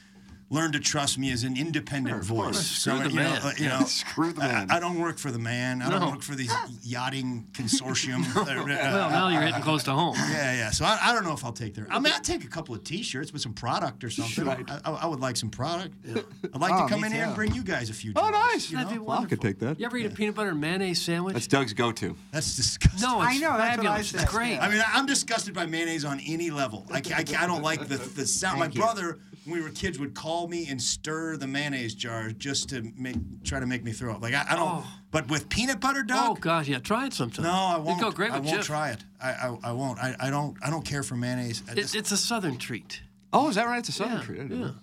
Speaker 6: learned to trust me as an independent
Speaker 4: Sure, of course.
Speaker 6: voice.
Speaker 4: Screw the
Speaker 6: you
Speaker 4: man.
Speaker 6: Know, uh, you know,
Speaker 4: Screw the
Speaker 6: I-
Speaker 4: man.
Speaker 6: I, don't work for the man. I
Speaker 5: No.
Speaker 6: don't work for these yachting consortium.
Speaker 5: Well, now you're hitting close to home.
Speaker 6: Yeah, yeah. So I, I don't know if I'll take their. I mean, I'll take a couple of T-shirts with some product or something. I, I, I would like some product. I'd like
Speaker 4: Oh,
Speaker 6: to come
Speaker 4: me
Speaker 6: in here and
Speaker 4: too.
Speaker 6: bring you guys a few.
Speaker 4: Oh,
Speaker 6: joints,
Speaker 4: nice.
Speaker 6: You know?
Speaker 5: That'd be
Speaker 4: Well, I
Speaker 5: wonderful.
Speaker 4: could take that.
Speaker 5: You ever eat a peanut butter and mayonnaise sandwich?
Speaker 4: That's Doug's go-to.
Speaker 6: That's disgusting.
Speaker 5: no,
Speaker 10: I
Speaker 5: it's
Speaker 10: know, that's what I
Speaker 5: fabulous.
Speaker 10: said.
Speaker 5: It's great.
Speaker 6: I mean, I- I'm disgusted by mayonnaise on any level. I, ca- I, ca- I don't like the, the sound. My
Speaker 10: Thank you.
Speaker 6: brother, when we were kids, would call me and stir the mayonnaise jar just to make try to make me throw up. Like I, I don't.
Speaker 5: Oh.
Speaker 6: But with peanut butter,
Speaker 5: oh
Speaker 6: Doug.
Speaker 5: gosh, yeah, try it sometime.
Speaker 6: no, I won't.
Speaker 5: It'd go great
Speaker 6: I
Speaker 5: with
Speaker 6: won't
Speaker 5: Jif.
Speaker 6: try it. I, I, I won't. I, I don't. I don't care for mayonnaise. I
Speaker 5: It's,
Speaker 6: just-
Speaker 5: it's a southern treat.
Speaker 4: Oh, is that right? It's a Southern treat. I didn't
Speaker 5: Yeah.
Speaker 4: know.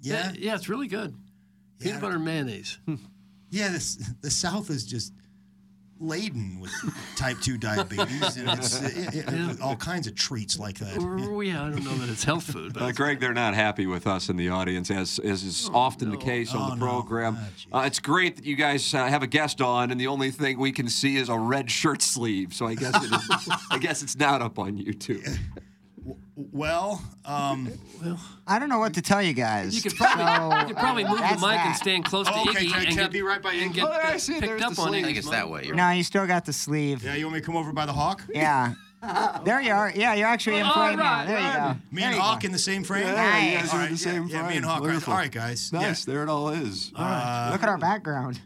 Speaker 6: yeah,
Speaker 5: yeah, it's really good. Peanut butter and mayonnaise.
Speaker 6: yeah. This, the South is just laden with type two diabetes and it's, uh, yeah, yeah,
Speaker 5: Yeah.
Speaker 6: with all kinds of treats like that.
Speaker 5: Or, yeah, I don't know that it's health food, but
Speaker 4: Uh, Greg, they're not happy with us in the audience, as, as is
Speaker 5: Oh,
Speaker 4: often the case on the program.
Speaker 5: Ah,
Speaker 4: uh, it's great that you guys uh, have a guest on, and the only thing we can see is a red shirt sleeve. So I guess it is, I guess it's not up on YouTube.
Speaker 6: Well, um,
Speaker 10: I don't know what to tell you guys.
Speaker 5: you could probably
Speaker 10: So,
Speaker 5: you could probably move the
Speaker 10: that's
Speaker 5: mic and
Speaker 10: that.
Speaker 5: stand close to
Speaker 6: Oh, okay,
Speaker 5: Iggy
Speaker 6: can I-
Speaker 5: and
Speaker 6: can I
Speaker 5: get,
Speaker 6: be right by
Speaker 5: and
Speaker 6: Iggy?
Speaker 5: get
Speaker 6: Oh,
Speaker 5: uh,
Speaker 4: I see, there's
Speaker 5: picked
Speaker 4: the
Speaker 5: up on
Speaker 4: sleeve.
Speaker 5: Iggy's
Speaker 4: I think it's
Speaker 5: mom.
Speaker 1: that way.
Speaker 10: No, you still got the sleeve.
Speaker 6: yeah. You want me to come over by the hawk?
Speaker 10: Yeah. There you are. Yeah, you're actually in
Speaker 5: Oh, All
Speaker 10: frame now.
Speaker 5: right,
Speaker 10: There you
Speaker 5: right.
Speaker 10: go.
Speaker 6: Me
Speaker 10: There
Speaker 6: and
Speaker 10: you go.
Speaker 6: Hawk in the same frame.
Speaker 4: Yeah, you guys
Speaker 6: All
Speaker 4: are in
Speaker 6: right,
Speaker 4: the same
Speaker 6: yeah, yeah, me
Speaker 4: frame.
Speaker 6: and Hawk. Are,
Speaker 4: Wonderful.
Speaker 6: all right, guys.
Speaker 4: Nice,
Speaker 6: Yeah.
Speaker 4: there it all is.
Speaker 6: All right.
Speaker 10: Look at our background.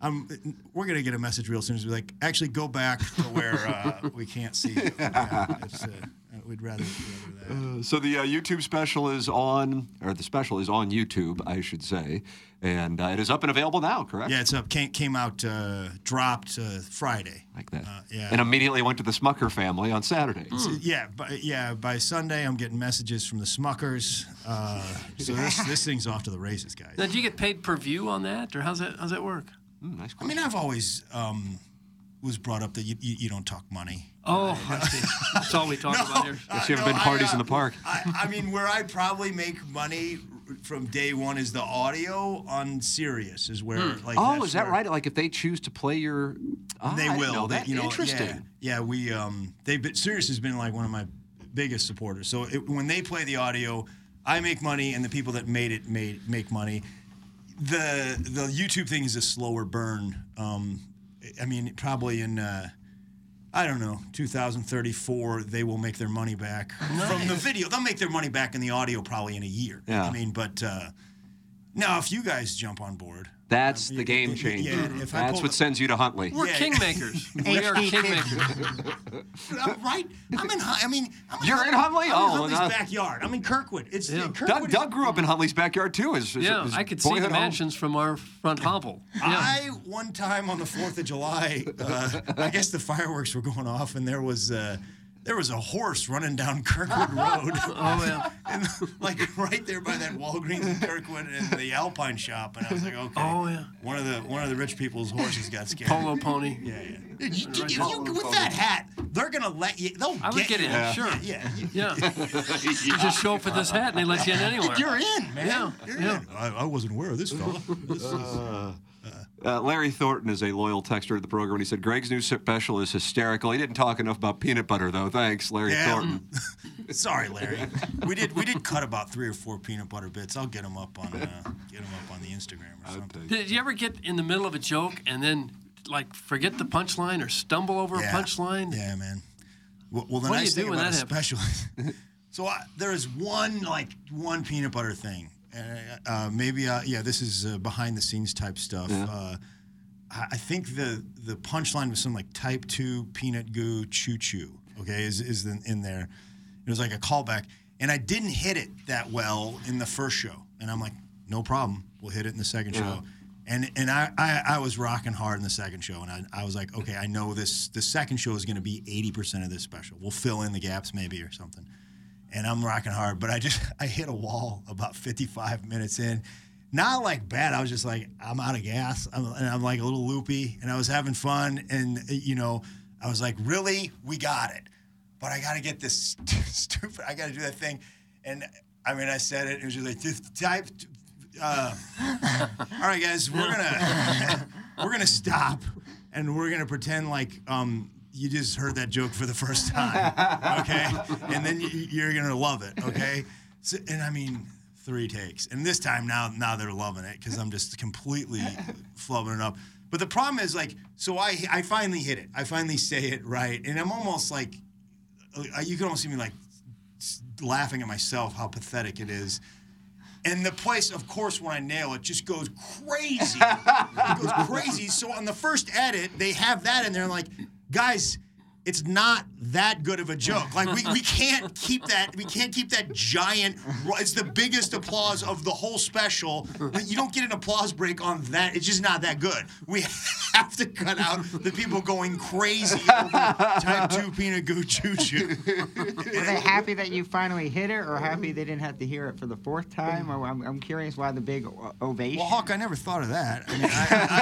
Speaker 6: I'm, we're gonna get a message real soon. It's like, actually, go back to where uh, we can't see. You. Yeah, it's, uh, we'd rather. rather that.
Speaker 4: Uh, so the uh, YouTube special is on, or the special is on YouTube, I should say, and uh, it is up and available now, correct?
Speaker 6: Yeah, it's up. Came, came out, uh, dropped uh, Friday.
Speaker 4: Like that.
Speaker 6: Uh, yeah. Hmm. Uh,
Speaker 4: And immediately went to the Smucker family on Saturday.
Speaker 6: Yeah, by, yeah. By Sunday, I'm getting messages from the Smuckers. Uh, so this this thing's off to the races, guys.
Speaker 5: Now, do you get paid per view on that, or how's that how's that work?
Speaker 4: Mm, nice
Speaker 6: I mean, I've always um, was brought up that you, you, you don't talk money.
Speaker 5: Oh, I see. that's all we talk about here.
Speaker 4: Guess you haven't been
Speaker 6: no,
Speaker 4: to
Speaker 6: I,
Speaker 4: parties
Speaker 6: uh,
Speaker 4: in the park.
Speaker 6: I, I mean, where I probably make money from day one is the audio on Sirius is where like
Speaker 4: oh,
Speaker 6: that's
Speaker 4: is that
Speaker 6: where
Speaker 4: right? Like if they choose to play your, Ah,
Speaker 6: They
Speaker 4: I didn't
Speaker 6: will.
Speaker 4: Know
Speaker 6: They-
Speaker 4: that
Speaker 6: you know,
Speaker 4: interesting.
Speaker 6: Yeah, yeah, we um they've been Sirius has been like one of my biggest supporters. So it, when they play the audio, I make money, and the people that made it made make money. The the YouTube thing is a slower burn. Um, I mean, probably in. Uh, I don't know, 2034, they will make their money back from the video. They'll make their money back in the audio probably in a year.
Speaker 4: Yeah.
Speaker 6: I mean, but uh, now if you guys jump on board,
Speaker 4: That's
Speaker 6: Um,
Speaker 4: the
Speaker 6: y-
Speaker 4: game
Speaker 6: y- y-
Speaker 4: changer.
Speaker 6: yeah, if I
Speaker 4: Mm-hmm. That's
Speaker 6: pull
Speaker 4: what
Speaker 6: the-
Speaker 4: sends you to Huntley.
Speaker 5: We're
Speaker 6: Yeah.
Speaker 5: kingmakers. we are kingmakers.
Speaker 6: I'm right? I'm in. Hu- I mean, I'm in
Speaker 4: You're
Speaker 6: Hun-
Speaker 4: in Huntley?
Speaker 6: I'm
Speaker 4: Oh,
Speaker 6: in Huntley's
Speaker 4: well, now-
Speaker 6: backyard. I'm in Kirkwood. It's
Speaker 5: Yeah.
Speaker 6: Kirkwood.
Speaker 4: Doug,
Speaker 6: is-
Speaker 4: Doug grew up in Huntley's backyard too. His, his,
Speaker 5: Yeah,
Speaker 4: his
Speaker 5: I could see the
Speaker 4: boyhood home.
Speaker 5: mansions from our front hovel. Yeah.
Speaker 6: I one time on the Fourth of July, uh, I guess the fireworks were going off, and there was uh,
Speaker 1: there was a horse running down Kirkwood Road.
Speaker 5: Oh, yeah.
Speaker 1: and, like right there by that Walgreens in Kirkwood and the Alpine shop, and I was like, okay. Oh yeah. One of the one of the rich people's horses got scared.
Speaker 5: Polo pony.
Speaker 1: Yeah, yeah. You, you- you- with that hat, they're gonna let you. They'll
Speaker 5: I would
Speaker 1: get
Speaker 5: get
Speaker 1: you.
Speaker 5: in,
Speaker 1: Yeah.
Speaker 5: sure.
Speaker 1: Yeah,
Speaker 5: Yeah. You just show up with this hat and they let you in anywhere.
Speaker 1: You're in, man.
Speaker 5: Yeah.
Speaker 1: You're
Speaker 5: yeah.
Speaker 1: in. I, I wasn't aware of this fella. This is-
Speaker 4: Uh, Larry Thornton is a loyal texter of the program, and he said Greg's new special is hysterical. He didn't talk enough about peanut butter, though. Thanks, Larry
Speaker 1: Yeah. mm,
Speaker 4: Thornton.
Speaker 1: Sorry, Larry. We did we did cut about three or four peanut butter bits. I'll get them up on uh, get 'em up on the Instagram or something.
Speaker 5: Did you ever get in the middle of a joke and then like forget the punchline or stumble over
Speaker 1: Yeah.
Speaker 5: a punchline?
Speaker 1: Yeah, man. Well, well the
Speaker 5: What do you
Speaker 1: nice
Speaker 5: do
Speaker 1: thing
Speaker 5: when
Speaker 1: about a
Speaker 5: that
Speaker 1: special. so I, there is one like one peanut butter thing, and uh, maybe uh, yeah, this is uh, behind the scenes type stuff.
Speaker 4: Yeah.
Speaker 1: Uh, I I think the the punchline was some like type two peanut goo choo choo. Okay, is is in, in there. It was like a callback, and I didn't hit it that well in the first show, and I'm like, no problem, we'll hit it in the second
Speaker 4: Yeah.
Speaker 1: show. And and I, I, I was rocking hard in the second show, and I, I was like, okay, I know this. The second show is going to be eighty percent of this special. We'll fill in the gaps maybe or something. And I'm rocking hard, but I just I hit a wall about fifty five minutes in. Not like bad. I was just like I'm out of gas, I'm, and I'm like a little loopy, and I was having fun, and uh, you know, I was like, really, we got it but I got to get this stupid. I got to do that thing. And I mean, I said it. It was just like this type. Uh, all right, guys, we're gonna we're gonna stop, and we're gonna pretend like um, you just heard that joke for the first time, okay? And then you, you're gonna love it, okay? So, and I mean, three takes, and this time now now they're loving it because I'm just completely flubbing it up. But the problem is like, so I I finally hit it. I finally say it right, and I'm almost like I- you can almost see me like s- laughing at myself how pathetic it is. And the place, of course, when I nail it, just goes crazy. it goes crazy. So on the first edit, they have that in there, like, guys, it's not that good of a joke. Like we, we can't keep that we can't keep that giant. ro- It's the biggest applause of the whole special. But you don't get an applause break on that. It's just not that good. We have to cut out the people going crazy over type two peanut goo choo choo.
Speaker 6: Were they happy that you finally hit it, or happy they didn't have to hear it for the fourth time? Or I'm, I'm curious why the big o- ovation.
Speaker 1: Well, Hawk, I never thought of that. I mean,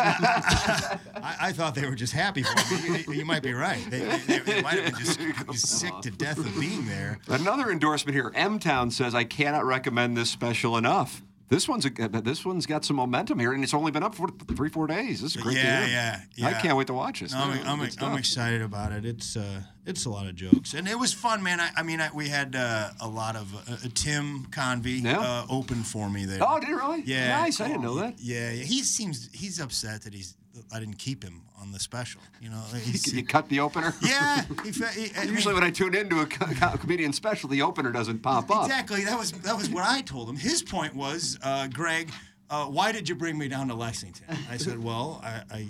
Speaker 1: I, I, I, I, I thought they were just happy for me. You, you might be right. They, they, they might have been just, just sick to death of being there.
Speaker 4: Another endorsement here. M Town says I cannot recommend this special enough. This one's a, this one's got some momentum here, and it's only been up for three four days. This is great. to
Speaker 1: Yeah,
Speaker 4: hear.
Speaker 1: yeah,
Speaker 4: I
Speaker 1: yeah.
Speaker 4: can't wait to watch this.
Speaker 1: No, I'm,
Speaker 4: Yeah,
Speaker 1: I'm,
Speaker 4: good
Speaker 1: I'm
Speaker 4: stuff.
Speaker 1: excited about it. It's uh, it's a lot of jokes, and it was fun, man. I, I mean, I, we had uh, a lot of uh, uh, Tim Convey uh, open for me there.
Speaker 4: Oh, did it really?
Speaker 1: Yeah,
Speaker 4: Nice. I didn't know that.
Speaker 1: Yeah, yeah. He seems he's upset that he's I didn't keep him on the special. You know, he's,
Speaker 4: You, you cut the opener.
Speaker 1: Yeah. he fe- he- I
Speaker 4: Usually,
Speaker 1: mean-
Speaker 4: when I tune into a co- comedian special, the opener doesn't pop up.
Speaker 1: Exactly. That was that was what I told him. His point was, uh, Greg, uh, why did you bring me down to Lexington? I said, well, I, I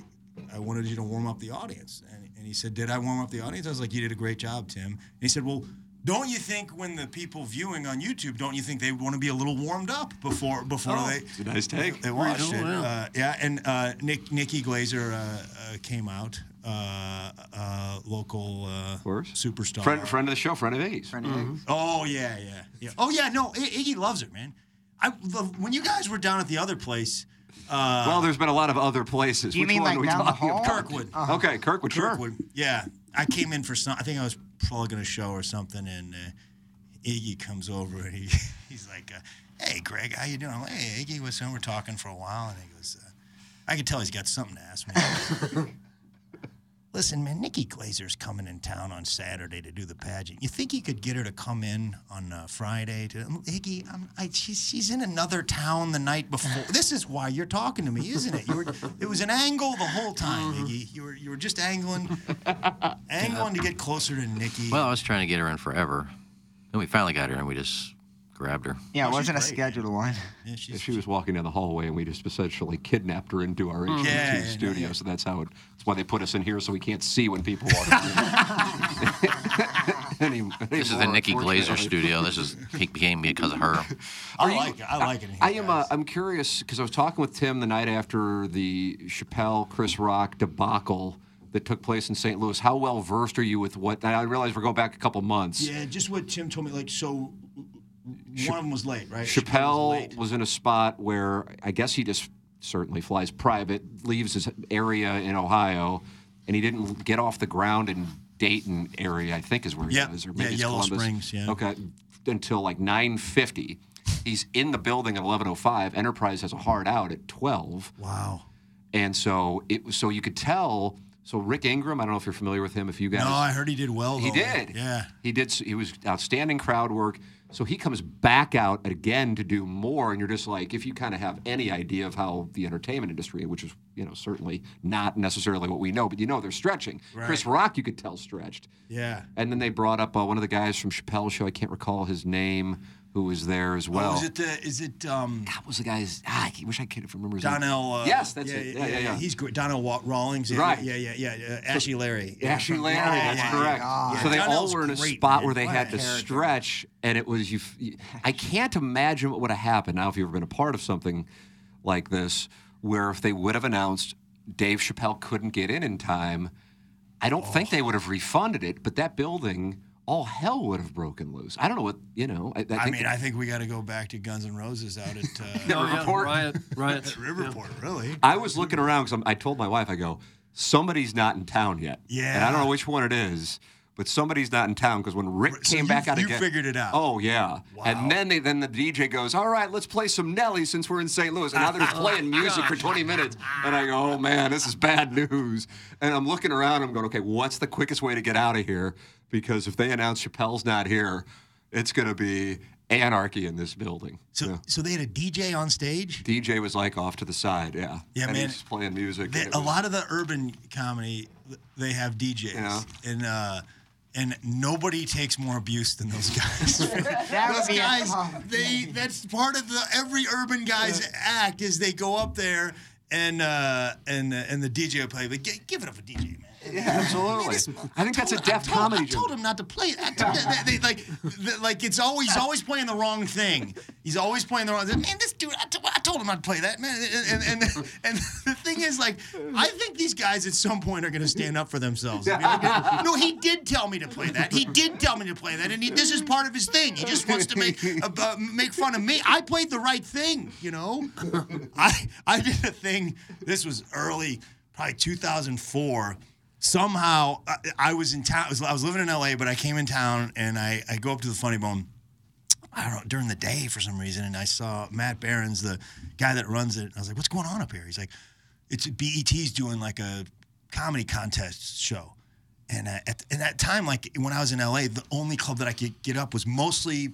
Speaker 1: I wanted you to warm up the audience, and, and he said, did I warm up the audience? I was like, you did a great job, Tim. And he said, well. Don't you think when the people viewing on YouTube, don't you think they would want to be a little warmed up before before
Speaker 4: Oh,
Speaker 1: they?
Speaker 4: it's a nice take.
Speaker 1: They watched
Speaker 4: Oh,
Speaker 1: it.
Speaker 4: wow.
Speaker 1: Uh, yeah, and uh, Nick Nikki Glazer uh, uh, came out, uh, uh, local uh, superstar,
Speaker 4: Friend, friend of the show, friend of Iggy's. Friend
Speaker 1: of Iggy's. Oh yeah, yeah, yeah. Oh yeah, no, I- Iggy loves it, man. I the, when you guys were down at the other place. Uh,
Speaker 4: well, there's been a lot of other places. Which one are we talking about?
Speaker 1: Kirkwood?
Speaker 6: Uh-huh.
Speaker 4: Okay, Kirkwood. Sure.
Speaker 1: Kirkwood. Yeah, I came in for some. I think I was plugging a show or something, and uh, Iggy comes over and he, he's like, uh, "Hey, Greg, how you doing?" I'm like, "Hey, Iggy, what's up?" We're talking for a while, and he goes, uh, "I can tell he's got something to ask me." Listen, man, Nikki Glazer's coming in town on Saturday to do the pageant. You think you could get her to come in on uh, Friday? To, Iggy, I'm, I, she's, she's in another town the night before. This is why you're talking to me, isn't it? You were, it was an angle the whole time, Iggy. You were, you were just angling, angling to get closer to Nikki.
Speaker 3: Well, I was trying to get her in forever. Then we finally got her and we just grabbed her.
Speaker 6: yeah, it
Speaker 1: she's
Speaker 6: wasn't a
Speaker 1: great,
Speaker 6: scheduled one.
Speaker 4: she was walking down the hallway, and we just essentially kidnapped her into our HQ
Speaker 6: Yeah, yeah,
Speaker 4: studio. So that's how. It, that's why they put us in here, so we can't see when people walk in. Any-
Speaker 3: This is the
Speaker 4: anymore,
Speaker 3: Nikki Glazer
Speaker 4: unfortunately.
Speaker 3: studio. This is he became because of her.
Speaker 4: Are you- I like it. I like it. I am. Uh, I'm curious because I was talking with Tim the night after the Chappelle Chris Rock debacle that took place in St. Louis. How well versed are you with what? I realize we're going back a couple months.
Speaker 6: Yeah, just what Tim told me. Like, so one of them was late, right?
Speaker 4: Chappelle was, in a spot where I guess he just certainly flies private, leaves his area in Ohio, and he didn't get off the ground in Dayton area. I think is where he
Speaker 6: Yeah,
Speaker 4: was, or
Speaker 6: yeah,
Speaker 4: maybe it's
Speaker 6: Yellow
Speaker 4: Columbus.
Speaker 6: Springs, yeah.
Speaker 4: Okay, until like 9:50, he's in the building at 11:05. Enterprise has a hard out at 12.
Speaker 6: Wow.
Speaker 4: And so it was. So you could tell. So Rick Ingram, I don't know if you're familiar with him. If you guys,
Speaker 6: No, Oh, I heard he did well.
Speaker 4: He
Speaker 6: though.
Speaker 4: did.
Speaker 6: Yeah.
Speaker 4: He did. s- He was outstanding crowd work. So he comes back out again to do more, and you're just like, if you kind of have any idea of how the entertainment industry, which is you know certainly not necessarily what we know, but you know they're stretching. Chris
Speaker 6: Right.
Speaker 4: Rock, you could tell stretched,
Speaker 6: Yeah.
Speaker 4: and then they brought up uh, one of the guys from Chappelle's show. I can't recall his name, who was there as well.
Speaker 6: Oh, is it the? Is it? Um,
Speaker 4: that was the guy's. Ah, I wish I could if I remember. his name.
Speaker 6: Donnell. Uh,
Speaker 4: Yes, that's it. Yeah, yeah, yeah.
Speaker 6: He's great. Donnell Wa- Rawlings. Yeah,
Speaker 4: Right.
Speaker 6: Yeah, yeah, yeah. yeah. Ashley Larry. Yeah,
Speaker 4: Ashley
Speaker 6: from-
Speaker 4: Larry,
Speaker 6: yeah,
Speaker 4: that's
Speaker 6: yeah,
Speaker 4: correct.
Speaker 6: yeah.
Speaker 4: So they
Speaker 6: Donnell's
Speaker 4: all were in a
Speaker 6: great,
Speaker 4: spot
Speaker 6: man.
Speaker 4: where they
Speaker 6: What
Speaker 4: had
Speaker 6: a
Speaker 4: to
Speaker 6: character.
Speaker 4: stretch, and it was you. f- you- I can't imagine what would have happened now if you've ever been a part of something like this, where if they would have announced Dave Chappelle couldn't get in in time, I don't think they would have
Speaker 6: Oh.
Speaker 4: refunded it. But that building, all hell would have broken loose. I don't know what you know. I, I think
Speaker 6: I mean, I think we got to go back to Guns N' Roses out at uh,
Speaker 5: Oh,
Speaker 4: No, yeah, Riverport. riot-
Speaker 6: riots. Riverport, really?
Speaker 4: I was looking around because I told my wife, I go, somebody's not in town yet.
Speaker 6: Yeah.
Speaker 4: And I don't know which one it is, but somebody's not in town because when Rick
Speaker 6: so
Speaker 4: came
Speaker 6: you-
Speaker 4: back out
Speaker 6: you
Speaker 4: again,
Speaker 6: figured it out.
Speaker 4: Oh yeah. And then they then the DJ goes, all right, let's play some Nelly since we're in St. Louis. And now they're playing music for 20 minutes, and I go, oh man, this is bad news. And I'm looking around, I'm going, okay, what's the quickest way to get out of here? Because if they announce Chappelle's not here, it's going to be anarchy in this building.
Speaker 6: So,
Speaker 4: Yeah.
Speaker 6: so they had a DJ on stage.
Speaker 4: DJ was like off to the side, yeah.
Speaker 6: Yeah,
Speaker 4: and
Speaker 6: man.
Speaker 4: He's playing music.
Speaker 6: They,
Speaker 4: and it
Speaker 6: a
Speaker 4: was-
Speaker 6: lot of the urban comedy, th- they have DJs,
Speaker 4: Yeah.
Speaker 6: and uh, and nobody takes more abuse than those guys.
Speaker 12: That
Speaker 6: those
Speaker 12: would be a
Speaker 6: guys,
Speaker 12: problem.
Speaker 6: they that's part of the every urban guy's act is they go up there and uh, and and the DJ will play. Like, "Gi- give it up for DJ, man.
Speaker 4: Yeah, absolutely. I think that's a deaf comedy.
Speaker 6: I told him not to play it. I told that- they, they- like, th- like it's always he's always playing the wrong thing. He's always playing the wrong. thing. Man, this dude, I, t- I told him not to play that. Man, and and, and, and the thing is, like, I think these guys at some point are going to stand up for themselves. I mean, like, no, he did tell me to play that. He did tell me to play that, and he, this is part of his thing. He just wants to make uh, uh, make fun of me. I played the right thing, you know. I I did a thing. This was early, probably 2004. Somehow I, I was in town. I was, I was living in LA, but I came in town and I, I go up to the Funny Bone. I don't know during the day for some reason, and I saw Matt Barron's the guy that runs it. And I was like, "What's going on up here?" He's like, "It's BET's doing like a comedy contest show." And uh, at and that time, like when I was in LA, the only club that I could get up was mostly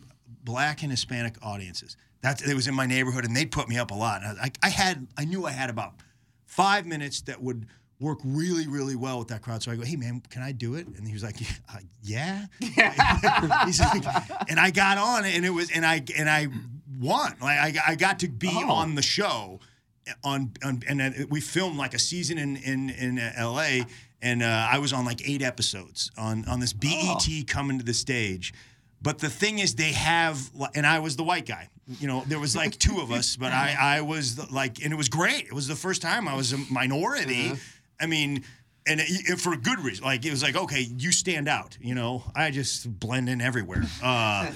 Speaker 6: black and Hispanic audiences. That it was in my neighborhood, and they put me up a lot. And I, I had, I knew I had about five minutes that would work really, really well with that crowd. So I go, "Hey man, can I do it?" And he was like, "Uh, "Yeah." He's like, and I got on, and it was, and I and I won. Like I, I got to be on the show uh, on, on and then we filmed like a season in in in uh, L.A. and uh, I was on like eight episodes on on this E BET coming to the stage. But the thing is, they have, li- and I was the white guy. You know, there was like two of us, but I I was the, like, and it was great. It was the first time I was a minority. I mean. And it, it- for a good reason, like it was like, okay, you stand out. You know, I just blend in everywhere. Uh,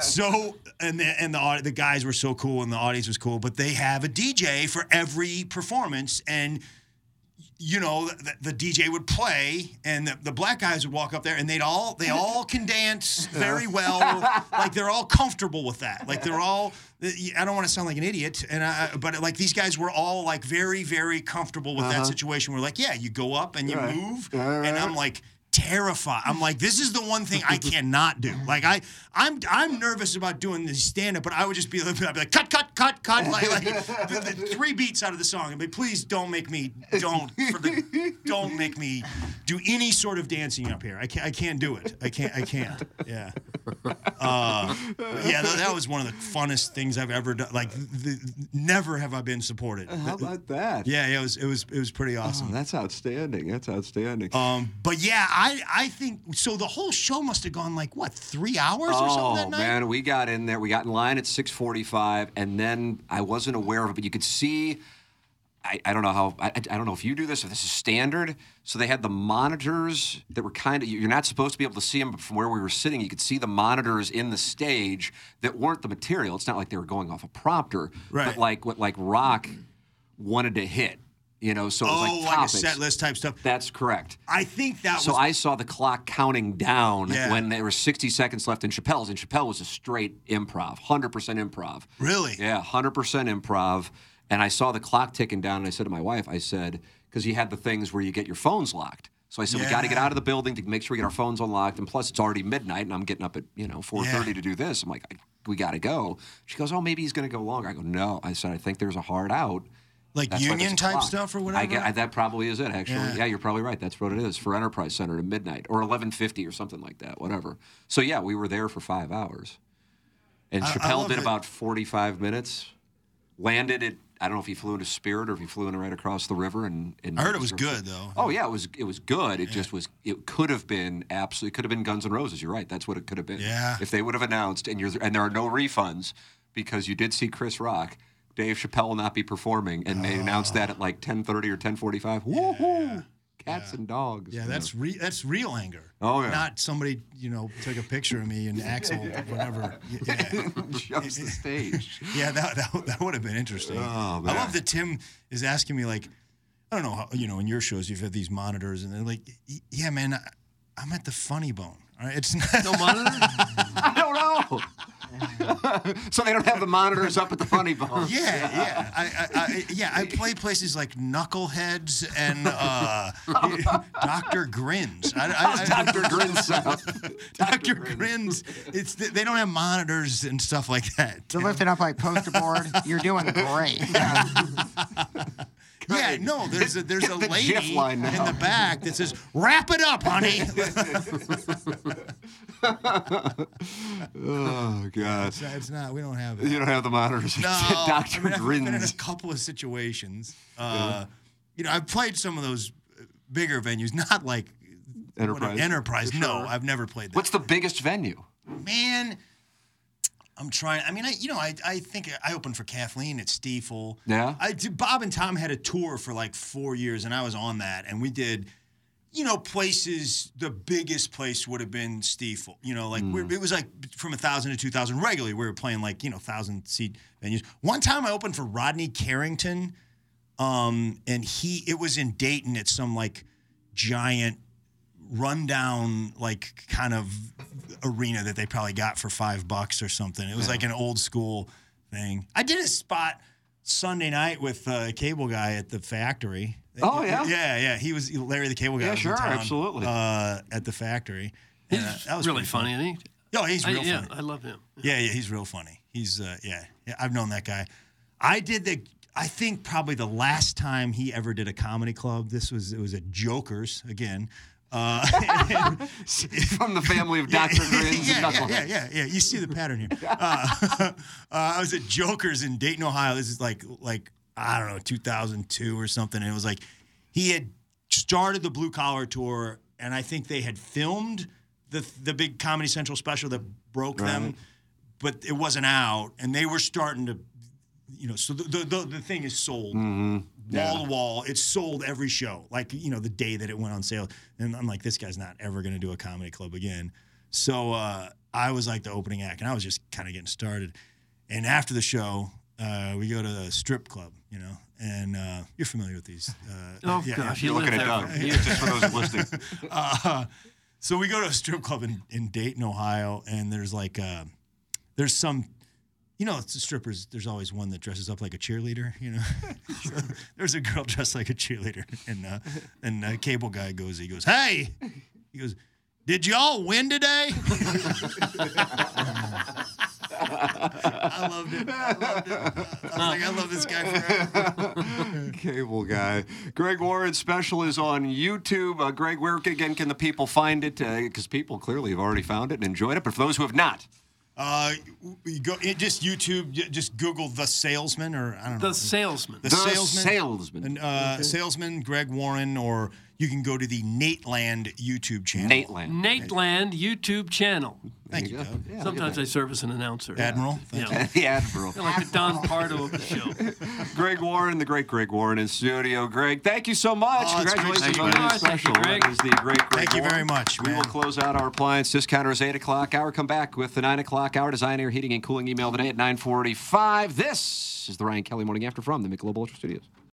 Speaker 6: so and the, and the au- the guys were so cool and the audience was cool, but they have a DJ for every performance and you know the, the DJ would play and the, the black guys would walk up there and they'd all they all can dance very well like they're all comfortable with that like they're all I don't want to sound like an idiot and I, but like these guys were all like very very comfortable with that
Speaker 4: Uh-huh.
Speaker 6: situation we're like yeah you go up and you
Speaker 4: Right.
Speaker 6: move and I'm like terrified. I'm like, this is the one thing I cannot do. Like I, I'm, I'm nervous about doing this stand up, but I would just be, I'd be like, cut, cut, cut, cut, like, like the, the three beats out of the song, and be, please don't make me, don't, for the, don't make me do any sort of dancing up here. I can't, I can't do it. I can't, I can't. Yeah. Uh, yeah, that, that was one of the funnest things I've ever done. Like, the, never have I been supported.
Speaker 4: Uh, How about that? Oh,
Speaker 6: Yeah, yeah, it was, it was, it was pretty awesome.
Speaker 4: that's outstanding. That's outstanding.
Speaker 6: Um, But yeah, I I think so. The whole show must have gone like what three hours or
Speaker 4: Oh.
Speaker 6: something that night.
Speaker 4: man, we got in there. We got in line at 6:45, and then I wasn't aware of it, but you could see. I, I don't know how I, I don't know if you do this if this is standard. So they had the monitors that were kind of you're not supposed to be able to see them, but from where we were sitting, you could see the monitors in the stage that weren't the material. It's not like they were going off a prompter,
Speaker 1: Right.
Speaker 4: but like what like rock wanted to hit, you know. So it was
Speaker 1: Oh,
Speaker 4: like
Speaker 1: like a
Speaker 4: topics.
Speaker 1: set list type stuff.
Speaker 4: That's correct.
Speaker 1: I think that
Speaker 4: so
Speaker 1: was.
Speaker 4: I saw the clock counting down
Speaker 1: Yeah.
Speaker 4: when there were 60 seconds left in Chappelle's, and Chappelle was a straight improv, 100% improv.
Speaker 1: Really?
Speaker 4: Yeah, 100% improv. And I saw the clock ticking down, and I said to my wife, I said, because he had the things where you get your phones locked. So I said, we got to get
Speaker 1: Yeah.
Speaker 4: out of the building to make sure we get our phones unlocked. And plus, it's already midnight, and I'm getting up at, you know, 4.30 to do this. I'm like, I, we got to go. She goes, oh, maybe he's going to go longer. I go, no. I said, I think there's a hard out.
Speaker 1: Like
Speaker 4: That's why there's
Speaker 1: union
Speaker 4: a
Speaker 1: type
Speaker 4: clock.
Speaker 1: stuff or
Speaker 4: I,
Speaker 1: whatever?
Speaker 4: get- I- that probably is it, actually.
Speaker 1: Yeah.
Speaker 4: Yeah. you're probably right. That's what it is for Enterprise Center to midnight or 11:50 or something like that, whatever. So yeah, we were there for five hours, and
Speaker 1: I- I
Speaker 4: Chappelle
Speaker 1: love
Speaker 4: did
Speaker 1: it.
Speaker 4: about 45 minutes. Landed at I don't know if he flew into Spirit or if he flew in right across the river. And, and
Speaker 1: I heard it was good though.
Speaker 4: Oh yeah, it was it was good. It just was. It could have been absolutely. It could have been Guns N' Roses. You're right. That's what it could have been.
Speaker 1: Yeah.
Speaker 4: If they would have announced and you're and there are no refunds because you did see Chris Rock, Dave Chappelle will not be performing, and they announced that at like 10:30 or 10:45. Woohoo! Cats and dogs.
Speaker 1: Yeah, that's re- that's real anger.
Speaker 4: Oh, yeah.
Speaker 1: Not somebody you know took a picture of me and Axel whatever. Yeah.
Speaker 4: Jumps the stage.
Speaker 1: Yeah, that, that, that would have been interesting.
Speaker 4: Oh,
Speaker 1: I
Speaker 4: man.
Speaker 1: love that Tim is asking me like, I don't know, how, you know, in your shows you've had these monitors and they're like, "Y- yeah, man, I, I'm at the funny bone. All right, it's not
Speaker 4: No monitor? I don't know. so they don't have the monitors up at the funny bone.
Speaker 1: Yeah, yeah, I, I, I, yeah. I play places like Knuckleheads and uh, Doctor Grins. I,
Speaker 4: Dr. Grins sound.
Speaker 1: Doctor Grins. It's they don't have monitors and stuff like that.
Speaker 6: They're lifting up like poster board. You're doing great.
Speaker 1: Yeah, no. There's a, there's a
Speaker 4: the
Speaker 1: lady
Speaker 4: GIF line
Speaker 1: in
Speaker 4: now.
Speaker 1: the back that says, "Wrap it up, honey."
Speaker 4: Oh God.
Speaker 1: it's, not, it's not. We don't have it.
Speaker 4: You don't have the monitors.
Speaker 1: No,
Speaker 4: Dr.
Speaker 1: I mean, I've been in
Speaker 4: Grins.
Speaker 1: a couple of situations. Uh, You know, I've played some of those uh, bigger venues, not like
Speaker 4: Enterprise.
Speaker 1: whatever- Enterprise.
Speaker 4: For
Speaker 1: No,
Speaker 4: sure.
Speaker 1: I've never played that.
Speaker 4: What's the biggest venue?
Speaker 1: Man, I'm trying. I mean, I you know, I, I think I opened for Kathleen at Stiefel.
Speaker 4: Yeah.
Speaker 1: I did, Bob and Tom had a tour for like four years, and I was on that, and we did. You know, places. The biggest place would have been Stiefel. You know, like we're, it was like from a thousand to two thousand regularly. We were playing like you know thousand seat venues. One time I opened for Rodney Carrington, um, and he it was in Dayton at some like giant rundown like kind of arena that they probably got for five bucks or something. It was like an old school thing. I did a spot Sunday night with uh, a cable guy at the factory.
Speaker 4: Oh, yeah?
Speaker 1: yeah, yeah. He was Larry the Cable Guy.
Speaker 4: Yeah,
Speaker 1: was in
Speaker 4: sure,
Speaker 1: town,
Speaker 4: absolutely.
Speaker 1: Uh, at the factory. And, uh, that was
Speaker 5: really
Speaker 1: pretty
Speaker 5: funny, isn't
Speaker 1: he? Oh, he's
Speaker 5: I-
Speaker 1: real
Speaker 5: yeah,
Speaker 1: funny.
Speaker 5: I love him.
Speaker 1: Yeah, yeah, he's real funny. He's uh, yeah, yeah. I've known that guy. I did the. I think probably the last time he ever did a comedy club. This was it was at Joker's again. Uh,
Speaker 4: From the family of Dr. Grins
Speaker 1: yeah,
Speaker 4: and
Speaker 1: yeah,
Speaker 4: Knuckleheads.
Speaker 1: yeah, yeah, yeah. You see the pattern here. Uh, uh, I was at Joker's in Dayton, Ohio. This is like like I don't know, 2002 or something. And it was like he had started the Blue Collar tour, and I think they had filmed the the big Comedy Central special that broke them, but it wasn't out, and they were starting to. You know, so the the, the, the thing is sold wall to wall. It's sold every show. Like you know, the day that it went on sale, and I'm like, this guy's not ever going to do a comedy club again. So uh, I was like the opening act, and I was just kind of getting started. And after the show, uh, we go to the strip club, you know, and uh, you're familiar with these. Uh,
Speaker 5: Oh, gosh, you
Speaker 4: You're looking at
Speaker 5: lived
Speaker 4: Doug.
Speaker 5: there for
Speaker 4: Just for those listening.
Speaker 1: uh, so we go to a strip club in, in Dayton, Ohio, and there's like uh, there's some you know it's the strippers there's always one that dresses up like a cheerleader you know So there's a girl dressed like a cheerleader and uh, and uh, cable guy goes he goes hey he goes did y'all win today I loved it I loved it I was like I love this guy forever
Speaker 4: Cable guy. Greg Warren's special is on YouTube. Uh, Greg, where again can the people find it? Because people clearly have already found it and enjoyed it. But for those who have not,
Speaker 1: uh, you go it, just YouTube j- just Google the salesman or I don't know
Speaker 5: The salesman.
Speaker 1: The,
Speaker 4: The
Speaker 1: salesman.
Speaker 4: Salesman.
Speaker 1: And, uh, Salesman Greg Warren, or
Speaker 6: you can go to the Nateland YouTube channel.
Speaker 5: Nateland YouTube channel.
Speaker 6: Thank you, Doug. Yeah, look at
Speaker 5: Sometimes
Speaker 6: that.
Speaker 5: I serve as an announcer.
Speaker 6: Admiral,
Speaker 5: Yeah.
Speaker 6: thank
Speaker 5: Yeah.
Speaker 4: The Admiral.
Speaker 5: They're like the Don Pardo of the show.
Speaker 4: Greg Warren, the great Greg Warren in studio. Greg, thank you so much.
Speaker 6: Oh, it's great
Speaker 4: Congratulations on
Speaker 6: to be
Speaker 4: your
Speaker 6: here. Thank you,
Speaker 4: special. That
Speaker 6: Greg.
Speaker 4: is the great Greg
Speaker 6: Thank you
Speaker 4: Warren.
Speaker 6: very much,
Speaker 4: We will close out our appliance discounters 8 o'clock hour. Come back with the 9 o'clock hour design, air, heating, and cooling email today at 945. This is the Ryan Kelly Morning After from the Michelob Ultra Studios.